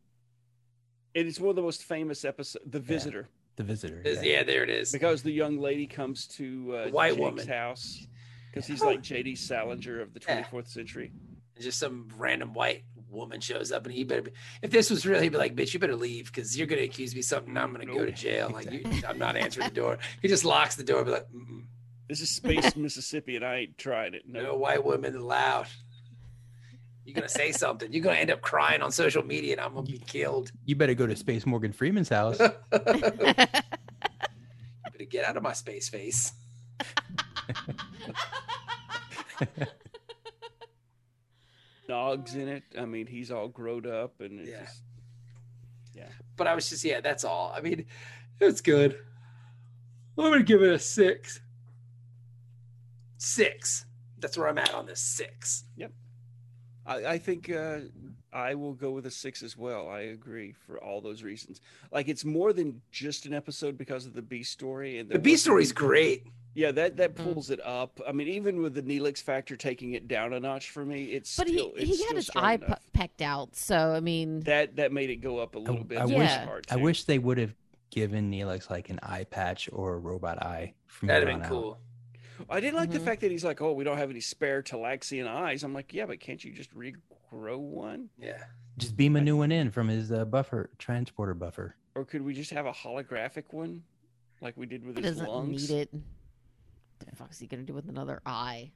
Speaker 6: it is one of the most famous episodes the visitor
Speaker 5: The Visitor.
Speaker 3: Is- Yeah, there it is.
Speaker 6: because the young lady comes to uh,
Speaker 3: The white
Speaker 6: Jake's
Speaker 3: woman.
Speaker 6: house because he's
Speaker 3: Oh.
Speaker 6: like J.D. Salinger of the
Speaker 3: Yeah.
Speaker 6: 24th century.
Speaker 3: Just some random white woman shows up, and he better. Be, if this was real, he'd be like, "Bitch, you better leave because you're gonna accuse me of something. I'm gonna go to
Speaker 6: Nope.
Speaker 3: jail. Like, you, I'm not answering the door." He just locks the door, and be like, Mm-mm.
Speaker 6: This is Space Mississippi, and I ain't tried it.
Speaker 3: No
Speaker 6: No,
Speaker 3: white women allowed. You're gonna say something. You're gonna end up crying on social media, and I'm gonna be killed.
Speaker 5: You better go to Space Morgan Freeman's house.
Speaker 3: Better get out of my space face.
Speaker 6: dogs in it. I mean, he's all grown up, and it's
Speaker 3: Yeah.
Speaker 6: just,
Speaker 3: But I was just, yeah, that's all. I mean, it's good. I'm gonna give it a six. Six. That's where I'm at on this six.
Speaker 6: I, I think uh, I will go with a six as well. I agree for all those reasons. Like, it's more than just an episode because of the B story and
Speaker 3: The
Speaker 6: there
Speaker 3: B
Speaker 6: wasn't-
Speaker 3: story's great.
Speaker 6: Yeah, that that
Speaker 4: Mm.
Speaker 6: pulls it up. I mean, even with the Neelix factor taking it down a notch for me, it's
Speaker 4: But
Speaker 6: still,
Speaker 4: he
Speaker 6: it's
Speaker 4: he
Speaker 6: still
Speaker 4: had his
Speaker 6: strong
Speaker 4: eye
Speaker 6: enough.
Speaker 4: pe- pecked out, so I mean,
Speaker 6: that that made it go up a little bit.
Speaker 5: I
Speaker 6: the
Speaker 4: wish-
Speaker 6: first part,
Speaker 5: I
Speaker 6: too.
Speaker 5: wish they would have given Neelix like an eye patch or a robot eye from
Speaker 3: That'd
Speaker 5: here
Speaker 3: have been
Speaker 5: on out.
Speaker 3: cool.
Speaker 6: I didn't like
Speaker 4: Mhm.
Speaker 6: the fact that he's like, "Oh, we don't have any spare Talaxian eyes." I'm like, "Yeah, but can't you just regrow one,
Speaker 3: Yeah.
Speaker 5: Just beam a new one in from his uh, buffer transporter buffer.
Speaker 6: or could we just have a holographic one, like we did with
Speaker 4: he
Speaker 6: his
Speaker 4: doesn't
Speaker 6: lungs?"
Speaker 4: need it. the fuck's he gonna do with another eye?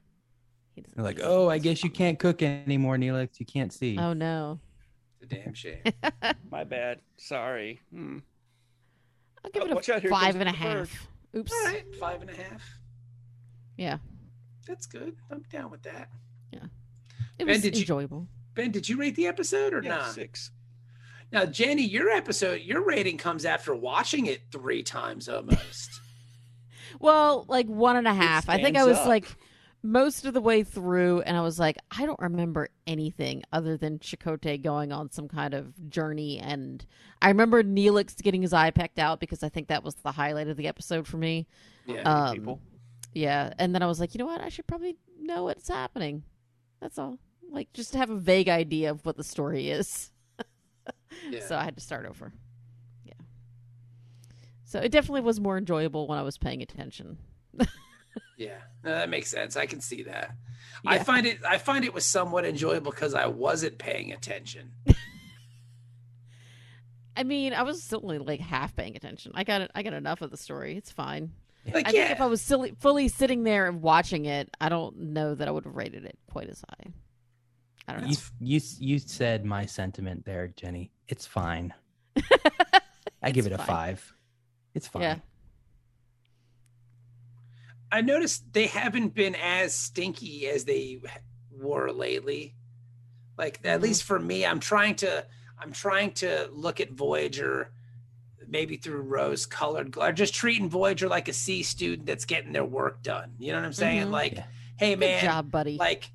Speaker 4: He doesn't
Speaker 5: They're like,
Speaker 4: need it.
Speaker 5: oh, I guess you can't cook anymore, Neelix. You can't see.
Speaker 4: Oh no!
Speaker 3: It's a damn shame.
Speaker 6: My bad. Sorry. Hmm.
Speaker 4: I'll give
Speaker 6: Oh,
Speaker 4: it a
Speaker 6: watch out, here
Speaker 4: five
Speaker 6: comes
Speaker 4: and a
Speaker 6: the bird.
Speaker 4: half. Oops.
Speaker 3: all right, five and a half.
Speaker 4: Yeah,
Speaker 3: That's good. I'm down with that.
Speaker 4: it
Speaker 3: Ben,
Speaker 4: was
Speaker 3: did you-
Speaker 4: enjoyable.
Speaker 3: Ben, did you rate the episode or
Speaker 6: Yeah,
Speaker 3: not?
Speaker 6: six.
Speaker 3: Now, Jenny, your episode, your rating comes after watching it three times almost.
Speaker 4: Well, like one and a half. I think I
Speaker 6: stands
Speaker 4: was
Speaker 6: up.
Speaker 4: like most of the way through, and I was like, I don't remember anything other than Chicote going on some kind of journey. And I remember Neelix getting his eye pecked out because I think that was the highlight of the episode for me.
Speaker 3: yeah.
Speaker 4: Um,
Speaker 6: people.
Speaker 4: Yeah. And then I was like, you know what? I should probably know what's happening. That's all. Like, just to have a vague idea of what the story is.
Speaker 3: Yeah.
Speaker 4: So I had to start over. Yeah. So it definitely was more enjoyable when I was paying attention.
Speaker 3: yeah. No, that makes sense. I can see that. I
Speaker 4: Yeah.
Speaker 3: find it I find it was somewhat enjoyable because I wasn't paying attention.
Speaker 4: I mean, I was still only like half paying attention. I got it. I got enough of the story. It's fine.
Speaker 3: Like,
Speaker 4: I
Speaker 3: yeah.
Speaker 4: think if I was silly, fully sitting there and watching it, I don't know that I would have rated it quite as high. I don't know.
Speaker 5: You, you you said my sentiment there, Jenny. It's fine. I give
Speaker 4: It's
Speaker 5: it a
Speaker 4: fine.
Speaker 5: five. It's fine.
Speaker 4: Yeah.
Speaker 3: I noticed they haven't been as stinky as they were lately. Like at
Speaker 4: Mhm.
Speaker 3: least for me, I'm trying to I'm trying to look at Voyager maybe through rose colored gla- or just treating Voyager like a C student that's getting their work done. You know what I'm saying?
Speaker 4: Mhm.
Speaker 3: Like,
Speaker 5: Yeah.
Speaker 3: hey
Speaker 4: Good
Speaker 3: man,
Speaker 4: job, buddy.
Speaker 3: like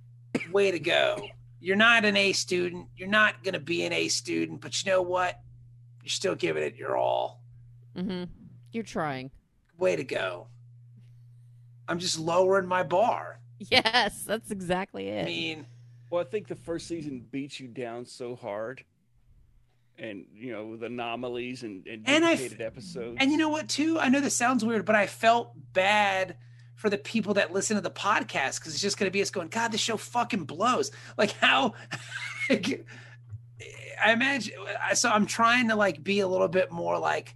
Speaker 3: way to go. You're not an A student. You're not gonna be an A student, but you know what? You're still giving it your all
Speaker 4: hmm You're trying.
Speaker 3: way to go. I'm just lowering my bar.
Speaker 4: Yes, that's exactly
Speaker 3: I
Speaker 4: it.
Speaker 3: mean,
Speaker 6: Well, I think the first season beats you down so hard, and you know with anomalies and and
Speaker 3: And I f-
Speaker 6: duplicated episodes.
Speaker 3: and you know what, too? I know this sounds weird, but I felt bad for the people that listen to the podcast because it's just going to be us going, God, this show fucking blows. Like, how? I imagine. I- So I'm trying to like be a little bit more like,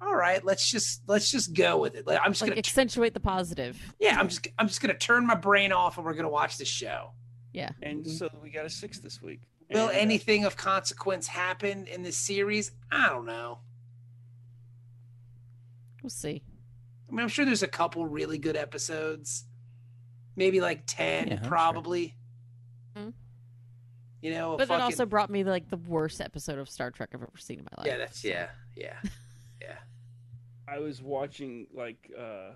Speaker 3: all right, let's just let's just go with it. Like, I'm just
Speaker 4: like
Speaker 3: gonna,
Speaker 4: accentuate the positive.
Speaker 3: yeah, I'm just I'm just gonna turn my brain off and we're gonna watch the show.
Speaker 4: Yeah.
Speaker 6: And so we got a six this week.
Speaker 3: Will
Speaker 6: And, uh,
Speaker 3: anything of consequence happen in this series? I don't know.
Speaker 4: We'll see.
Speaker 3: I mean, I'm sure there's a couple really good episodes, maybe like ten,
Speaker 5: Yeah, I'm sure.
Speaker 3: probably.
Speaker 4: Mhm.
Speaker 3: You know, a
Speaker 4: But it
Speaker 3: fucking-
Speaker 4: also brought me like the worst episode of Star Trek I've ever seen in my life.
Speaker 3: yeah, that's
Speaker 4: so-
Speaker 3: yeah, yeah, yeah.
Speaker 6: I was watching like uh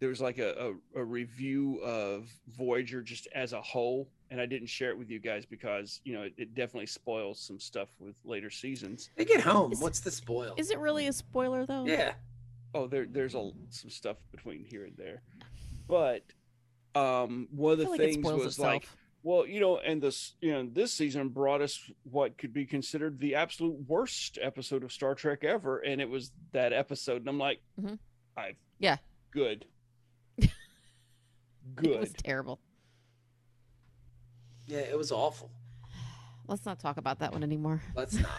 Speaker 6: there was like a, a, a review of Voyager just as a whole, and I didn't share it with you guys because you know it, it definitely spoils some stuff with later seasons.
Speaker 3: They get home.
Speaker 4: Is-
Speaker 3: What's the spoil?
Speaker 4: Is it really a spoiler though?
Speaker 3: yeah,
Speaker 6: Oh, there there's a some stuff between here and there, but um one of
Speaker 4: I
Speaker 6: the
Speaker 4: feel like it
Speaker 6: things
Speaker 4: spoils
Speaker 6: was
Speaker 4: itself.
Speaker 6: like well you know and this you know this season brought us what could be considered the absolute worst episode of Star Trek ever, and it was that episode, and I'm like,
Speaker 5: Mm-hmm.
Speaker 4: Mhm.
Speaker 6: I
Speaker 4: Yeah.
Speaker 6: good.
Speaker 4: It was
Speaker 6: Good.
Speaker 4: terrible.
Speaker 3: yeah. It was awful.
Speaker 4: Let's not talk about that one anymore.
Speaker 3: Let's not.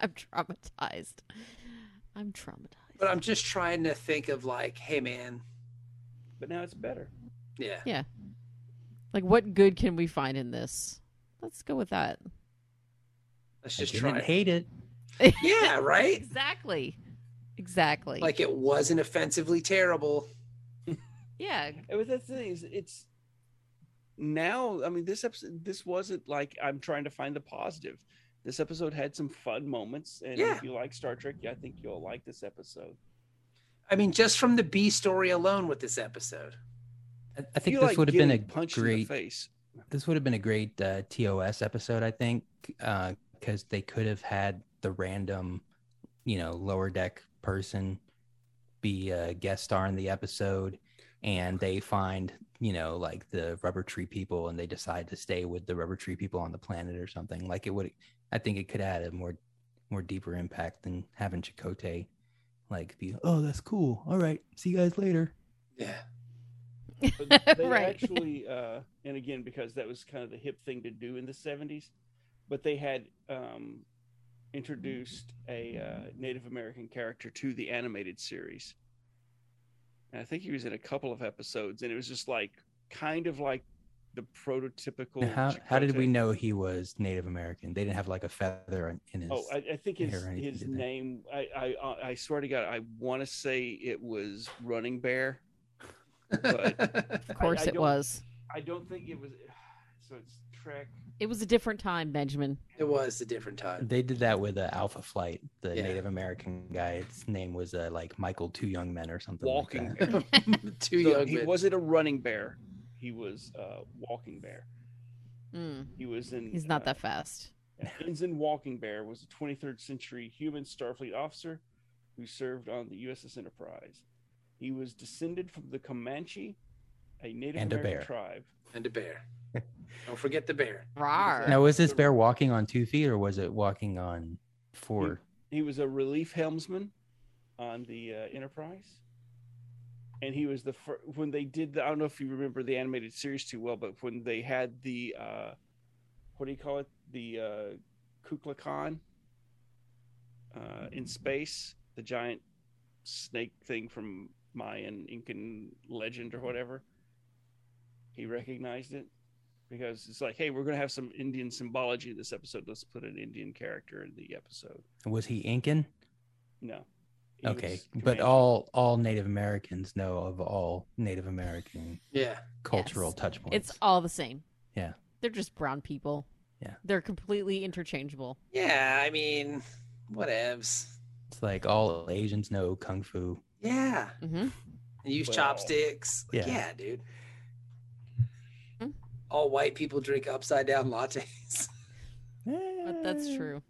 Speaker 4: I'm traumatized. I'm traumatized.
Speaker 3: but I'm just trying to think of like, hey, man,
Speaker 6: but now it's better.
Speaker 3: yeah.
Speaker 4: Like, what good can we find in this? Let's go with that.
Speaker 3: Let's
Speaker 5: I
Speaker 3: just
Speaker 5: didn't
Speaker 3: try. it.
Speaker 5: hate it.
Speaker 3: Yeah, right.
Speaker 4: Exactly. Exactly.
Speaker 3: Like it wasn't offensively terrible.
Speaker 4: yeah.
Speaker 6: And but that's the thing is it's now I mean this episode this wasn't like I'm trying to find the positive. This episode had some fun moments and
Speaker 3: Yeah.
Speaker 6: if you like Star Trek, yeah, I think you'll like this episode.
Speaker 3: I mean, just from the B story alone with this episode.
Speaker 5: I, I think
Speaker 6: you
Speaker 5: this
Speaker 6: like
Speaker 5: would have been a
Speaker 6: getting punched in the
Speaker 5: great.
Speaker 6: face.
Speaker 5: This would have been a great uh, TOS episode. I think because they could have had the random, you know, lower deck person be a guest star in the episode, and they find you know like the rubber tree people, and they decide to stay with the rubber tree people on the planet or something. Like it would. I think it could have had a more more deeper impact than having Chakotay like be oh that's cool all right see you guys later
Speaker 3: Yeah.
Speaker 6: But they
Speaker 4: Right.
Speaker 6: actually uh and again because that was kind of the hip thing to do in the 70s but they had um introduced a uh, native american character to the animated series and i think he was in a couple of episodes and it was just like kind of like the prototypical
Speaker 5: Now, how, how did we
Speaker 6: Chakotay.
Speaker 5: know he was Native American? They didn't have like a feather in- in his.
Speaker 6: oh i, I think
Speaker 5: hair
Speaker 6: his,
Speaker 5: or anything,
Speaker 6: his
Speaker 5: did they?
Speaker 6: name I, I uh, I- i swear to god i want to say it was running bear But-
Speaker 4: Of course
Speaker 6: I
Speaker 4: it
Speaker 6: don't-
Speaker 4: was.
Speaker 6: i don't think it was so it's trek
Speaker 4: It was a different time, Benjamin.
Speaker 3: it was a different time.
Speaker 5: They did that with uh, Alpha Flight, the
Speaker 3: Yeah.
Speaker 5: Native American guy. Its name was uh, like Michael Two Young Men or something. like
Speaker 6: walking
Speaker 5: that.
Speaker 6: bear
Speaker 3: Too
Speaker 6: So
Speaker 3: young.
Speaker 6: he
Speaker 3: but-
Speaker 6: wasn't a running bear. He was uh, walking bear.
Speaker 4: Mm,
Speaker 6: He was in.
Speaker 4: he's not that fast.
Speaker 6: that. Ensign Walking Bear was a 23rd century human Starfleet officer who served on the USS Enterprise. He was descended from the Comanche, a Native
Speaker 5: And a
Speaker 6: American
Speaker 5: bear.
Speaker 6: tribe.
Speaker 3: and a bear. Don't forget the bear.
Speaker 4: Rar.
Speaker 5: Now, was this bear walking on two feet or was it walking on four?
Speaker 6: He was a relief helmsman on the uh, Enterprise. And he was the first when they did the. I don't know if you remember the animated series too well, but when they had the uh, what do you call it? The uh, Kukla Khan uh, in space, the giant snake thing from Mayan Incan legend or whatever. He recognized it because it's like, hey, we're gonna have some Indian symbology this episode. Let's put an Indian character in the episode.
Speaker 5: Was he Incan?
Speaker 6: No. He
Speaker 5: Okay,
Speaker 6: was
Speaker 5: but
Speaker 6: Comanche.
Speaker 5: all all Native Americans know of all Native American
Speaker 3: Yeah.
Speaker 5: cultural
Speaker 4: Yes.
Speaker 5: touch points.
Speaker 4: It's all the same.
Speaker 5: Yeah.
Speaker 4: They're just brown people.
Speaker 5: Yeah.
Speaker 4: They're completely interchangeable.
Speaker 3: Yeah. I mean, whatevs.
Speaker 5: It's like all Asians know kung fu.
Speaker 3: Yeah.
Speaker 4: hmm
Speaker 3: And use
Speaker 6: Well,
Speaker 3: chopsticks. Like,
Speaker 5: yeah.
Speaker 3: yeah. dude.
Speaker 4: Hmm?
Speaker 3: All white people drink upside down lattes.
Speaker 4: But that's
Speaker 5: Uh,
Speaker 4: true.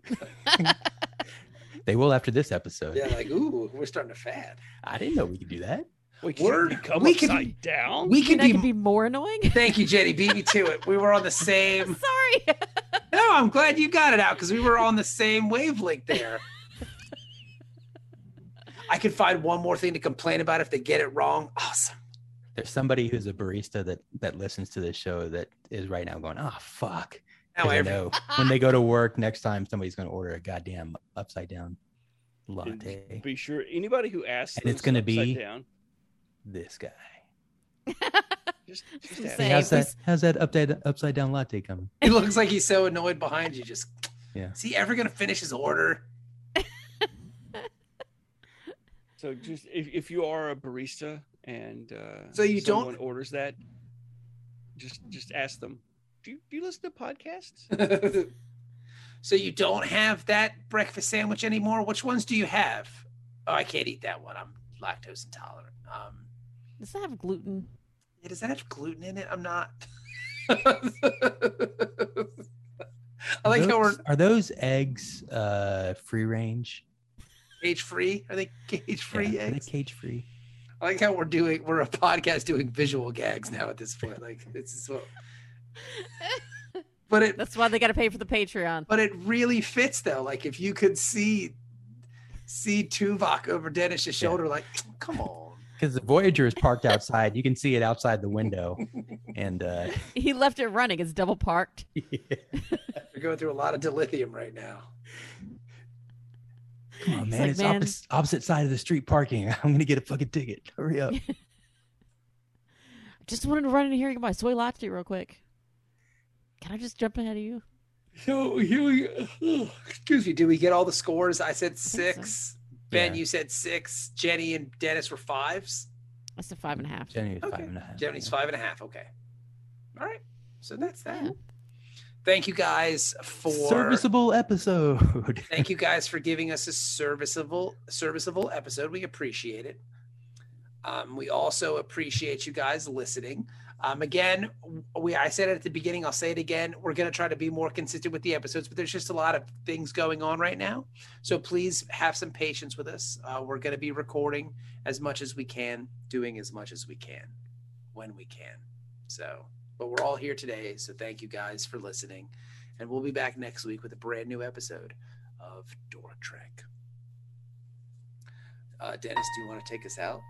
Speaker 5: They will after this episode.
Speaker 3: yeah, like, ooh, we're starting to fad.
Speaker 5: I didn't know we could do that.
Speaker 6: we
Speaker 3: Word,
Speaker 6: can become
Speaker 3: we can-
Speaker 6: upside down.
Speaker 3: We
Speaker 4: Can
Speaker 3: could
Speaker 4: that
Speaker 3: be,
Speaker 4: could be more annoying?
Speaker 3: Thank you, Jenny. Beat me to it. We were on the same.
Speaker 4: Sorry.
Speaker 3: No, I'm glad you got it out because we were on the same wavelength there. I could find one more thing to complain about if they get it wrong. Awesome.
Speaker 5: There's somebody who's a barista that that listens to this show that is right now going, "Oh fuck."
Speaker 3: Now
Speaker 5: 'Cause I
Speaker 3: every-
Speaker 5: know when they go to work next time, somebody's going to order a goddamn upside down
Speaker 6: And
Speaker 5: latte.
Speaker 6: Be sure anybody who asks,
Speaker 5: And it's
Speaker 6: them
Speaker 5: gonna
Speaker 6: is
Speaker 5: be-
Speaker 6: upside down.
Speaker 5: This guy.
Speaker 6: Just, just
Speaker 4: Just
Speaker 6: ask.
Speaker 4: say- Hey,
Speaker 5: how's that?
Speaker 4: please-
Speaker 5: How's that update upside down latte coming?
Speaker 3: He looks like he's so annoyed behind you. Just
Speaker 5: Yeah.
Speaker 3: Is he ever gonna finish his order?
Speaker 6: So just if, if you are a barista and uh,
Speaker 3: So you don't-
Speaker 6: someone orders that, just just ask them. Do you, do you listen to podcasts?
Speaker 3: so you don't have that breakfast sandwich anymore. Which ones do you have? Oh, I can't eat that one. I'm lactose intolerant. Um,
Speaker 4: Does that have gluten?
Speaker 3: yeah, does that have gluten in it? I'm not. I like
Speaker 5: those,
Speaker 3: how we're
Speaker 5: Are those eggs uh, free range?
Speaker 3: cage free. Are they cage free
Speaker 5: Yeah, are they
Speaker 3: eggs?
Speaker 5: cage free?
Speaker 3: I like how we're doing. We're a podcast doing visual gags now at this point. Like this is what. But it
Speaker 4: That's why they got to pay for the Patreon.
Speaker 3: but it really fits though. Like if you could see see Tuvok over Dennis's
Speaker 5: Yeah.
Speaker 3: shoulder, like come on.
Speaker 5: Because the Voyager is parked outside. You can see it outside the window, and uh,
Speaker 4: He left it running. It's double parked.
Speaker 3: We're going through a lot of dilithium right now.
Speaker 5: Come on,
Speaker 4: He's
Speaker 5: man.
Speaker 4: like,
Speaker 5: it's
Speaker 4: "Man."
Speaker 5: Opposite, opposite side of the street parking. I'm going to get a fucking ticket. Hurry up.
Speaker 4: Just wanted to run in here and get my soy latte real quick. Can I just jump ahead of you?
Speaker 3: So here we excuse me. Did we get all the scores? I said
Speaker 4: think so.
Speaker 3: six. Ben,
Speaker 5: Yeah.
Speaker 3: you said six. Jenny and Dennis were fives.
Speaker 4: That's a five and a half.
Speaker 5: Jenny was
Speaker 3: Okay.
Speaker 5: five and a half.
Speaker 3: Jenny's five and a half. Okay. All right. So that's that.
Speaker 4: Yeah.
Speaker 3: Thank you guys for
Speaker 5: Serviceable episode.
Speaker 3: Thank you guys for giving us a serviceable serviceable episode. We appreciate it. Um, we also appreciate you guys listening. Um, again, we I said it at the beginning. I'll say it again. We're going to try to be more consistent with the episodes, but there's just a lot of things going on right now. So please have some patience with us. Uh, we're going to be recording as much as we can, doing as much as we can, when we can. So, but we're all here today. So thank you guys for listening, and we'll be back next week with a brand new episode of Door Trek. Uh, Dennis, do you want to take us out?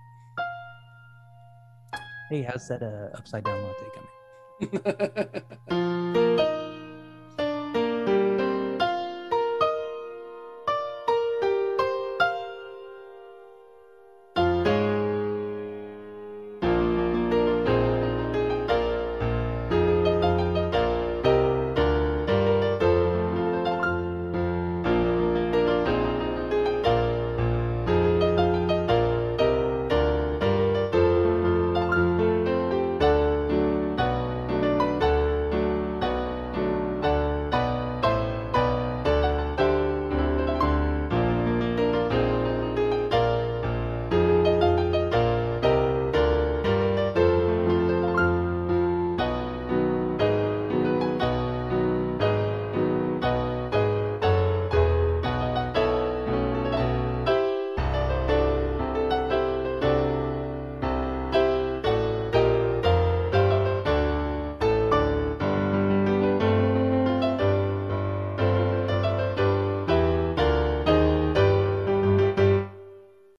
Speaker 5: Hey, how's that uh, upside down latte coming?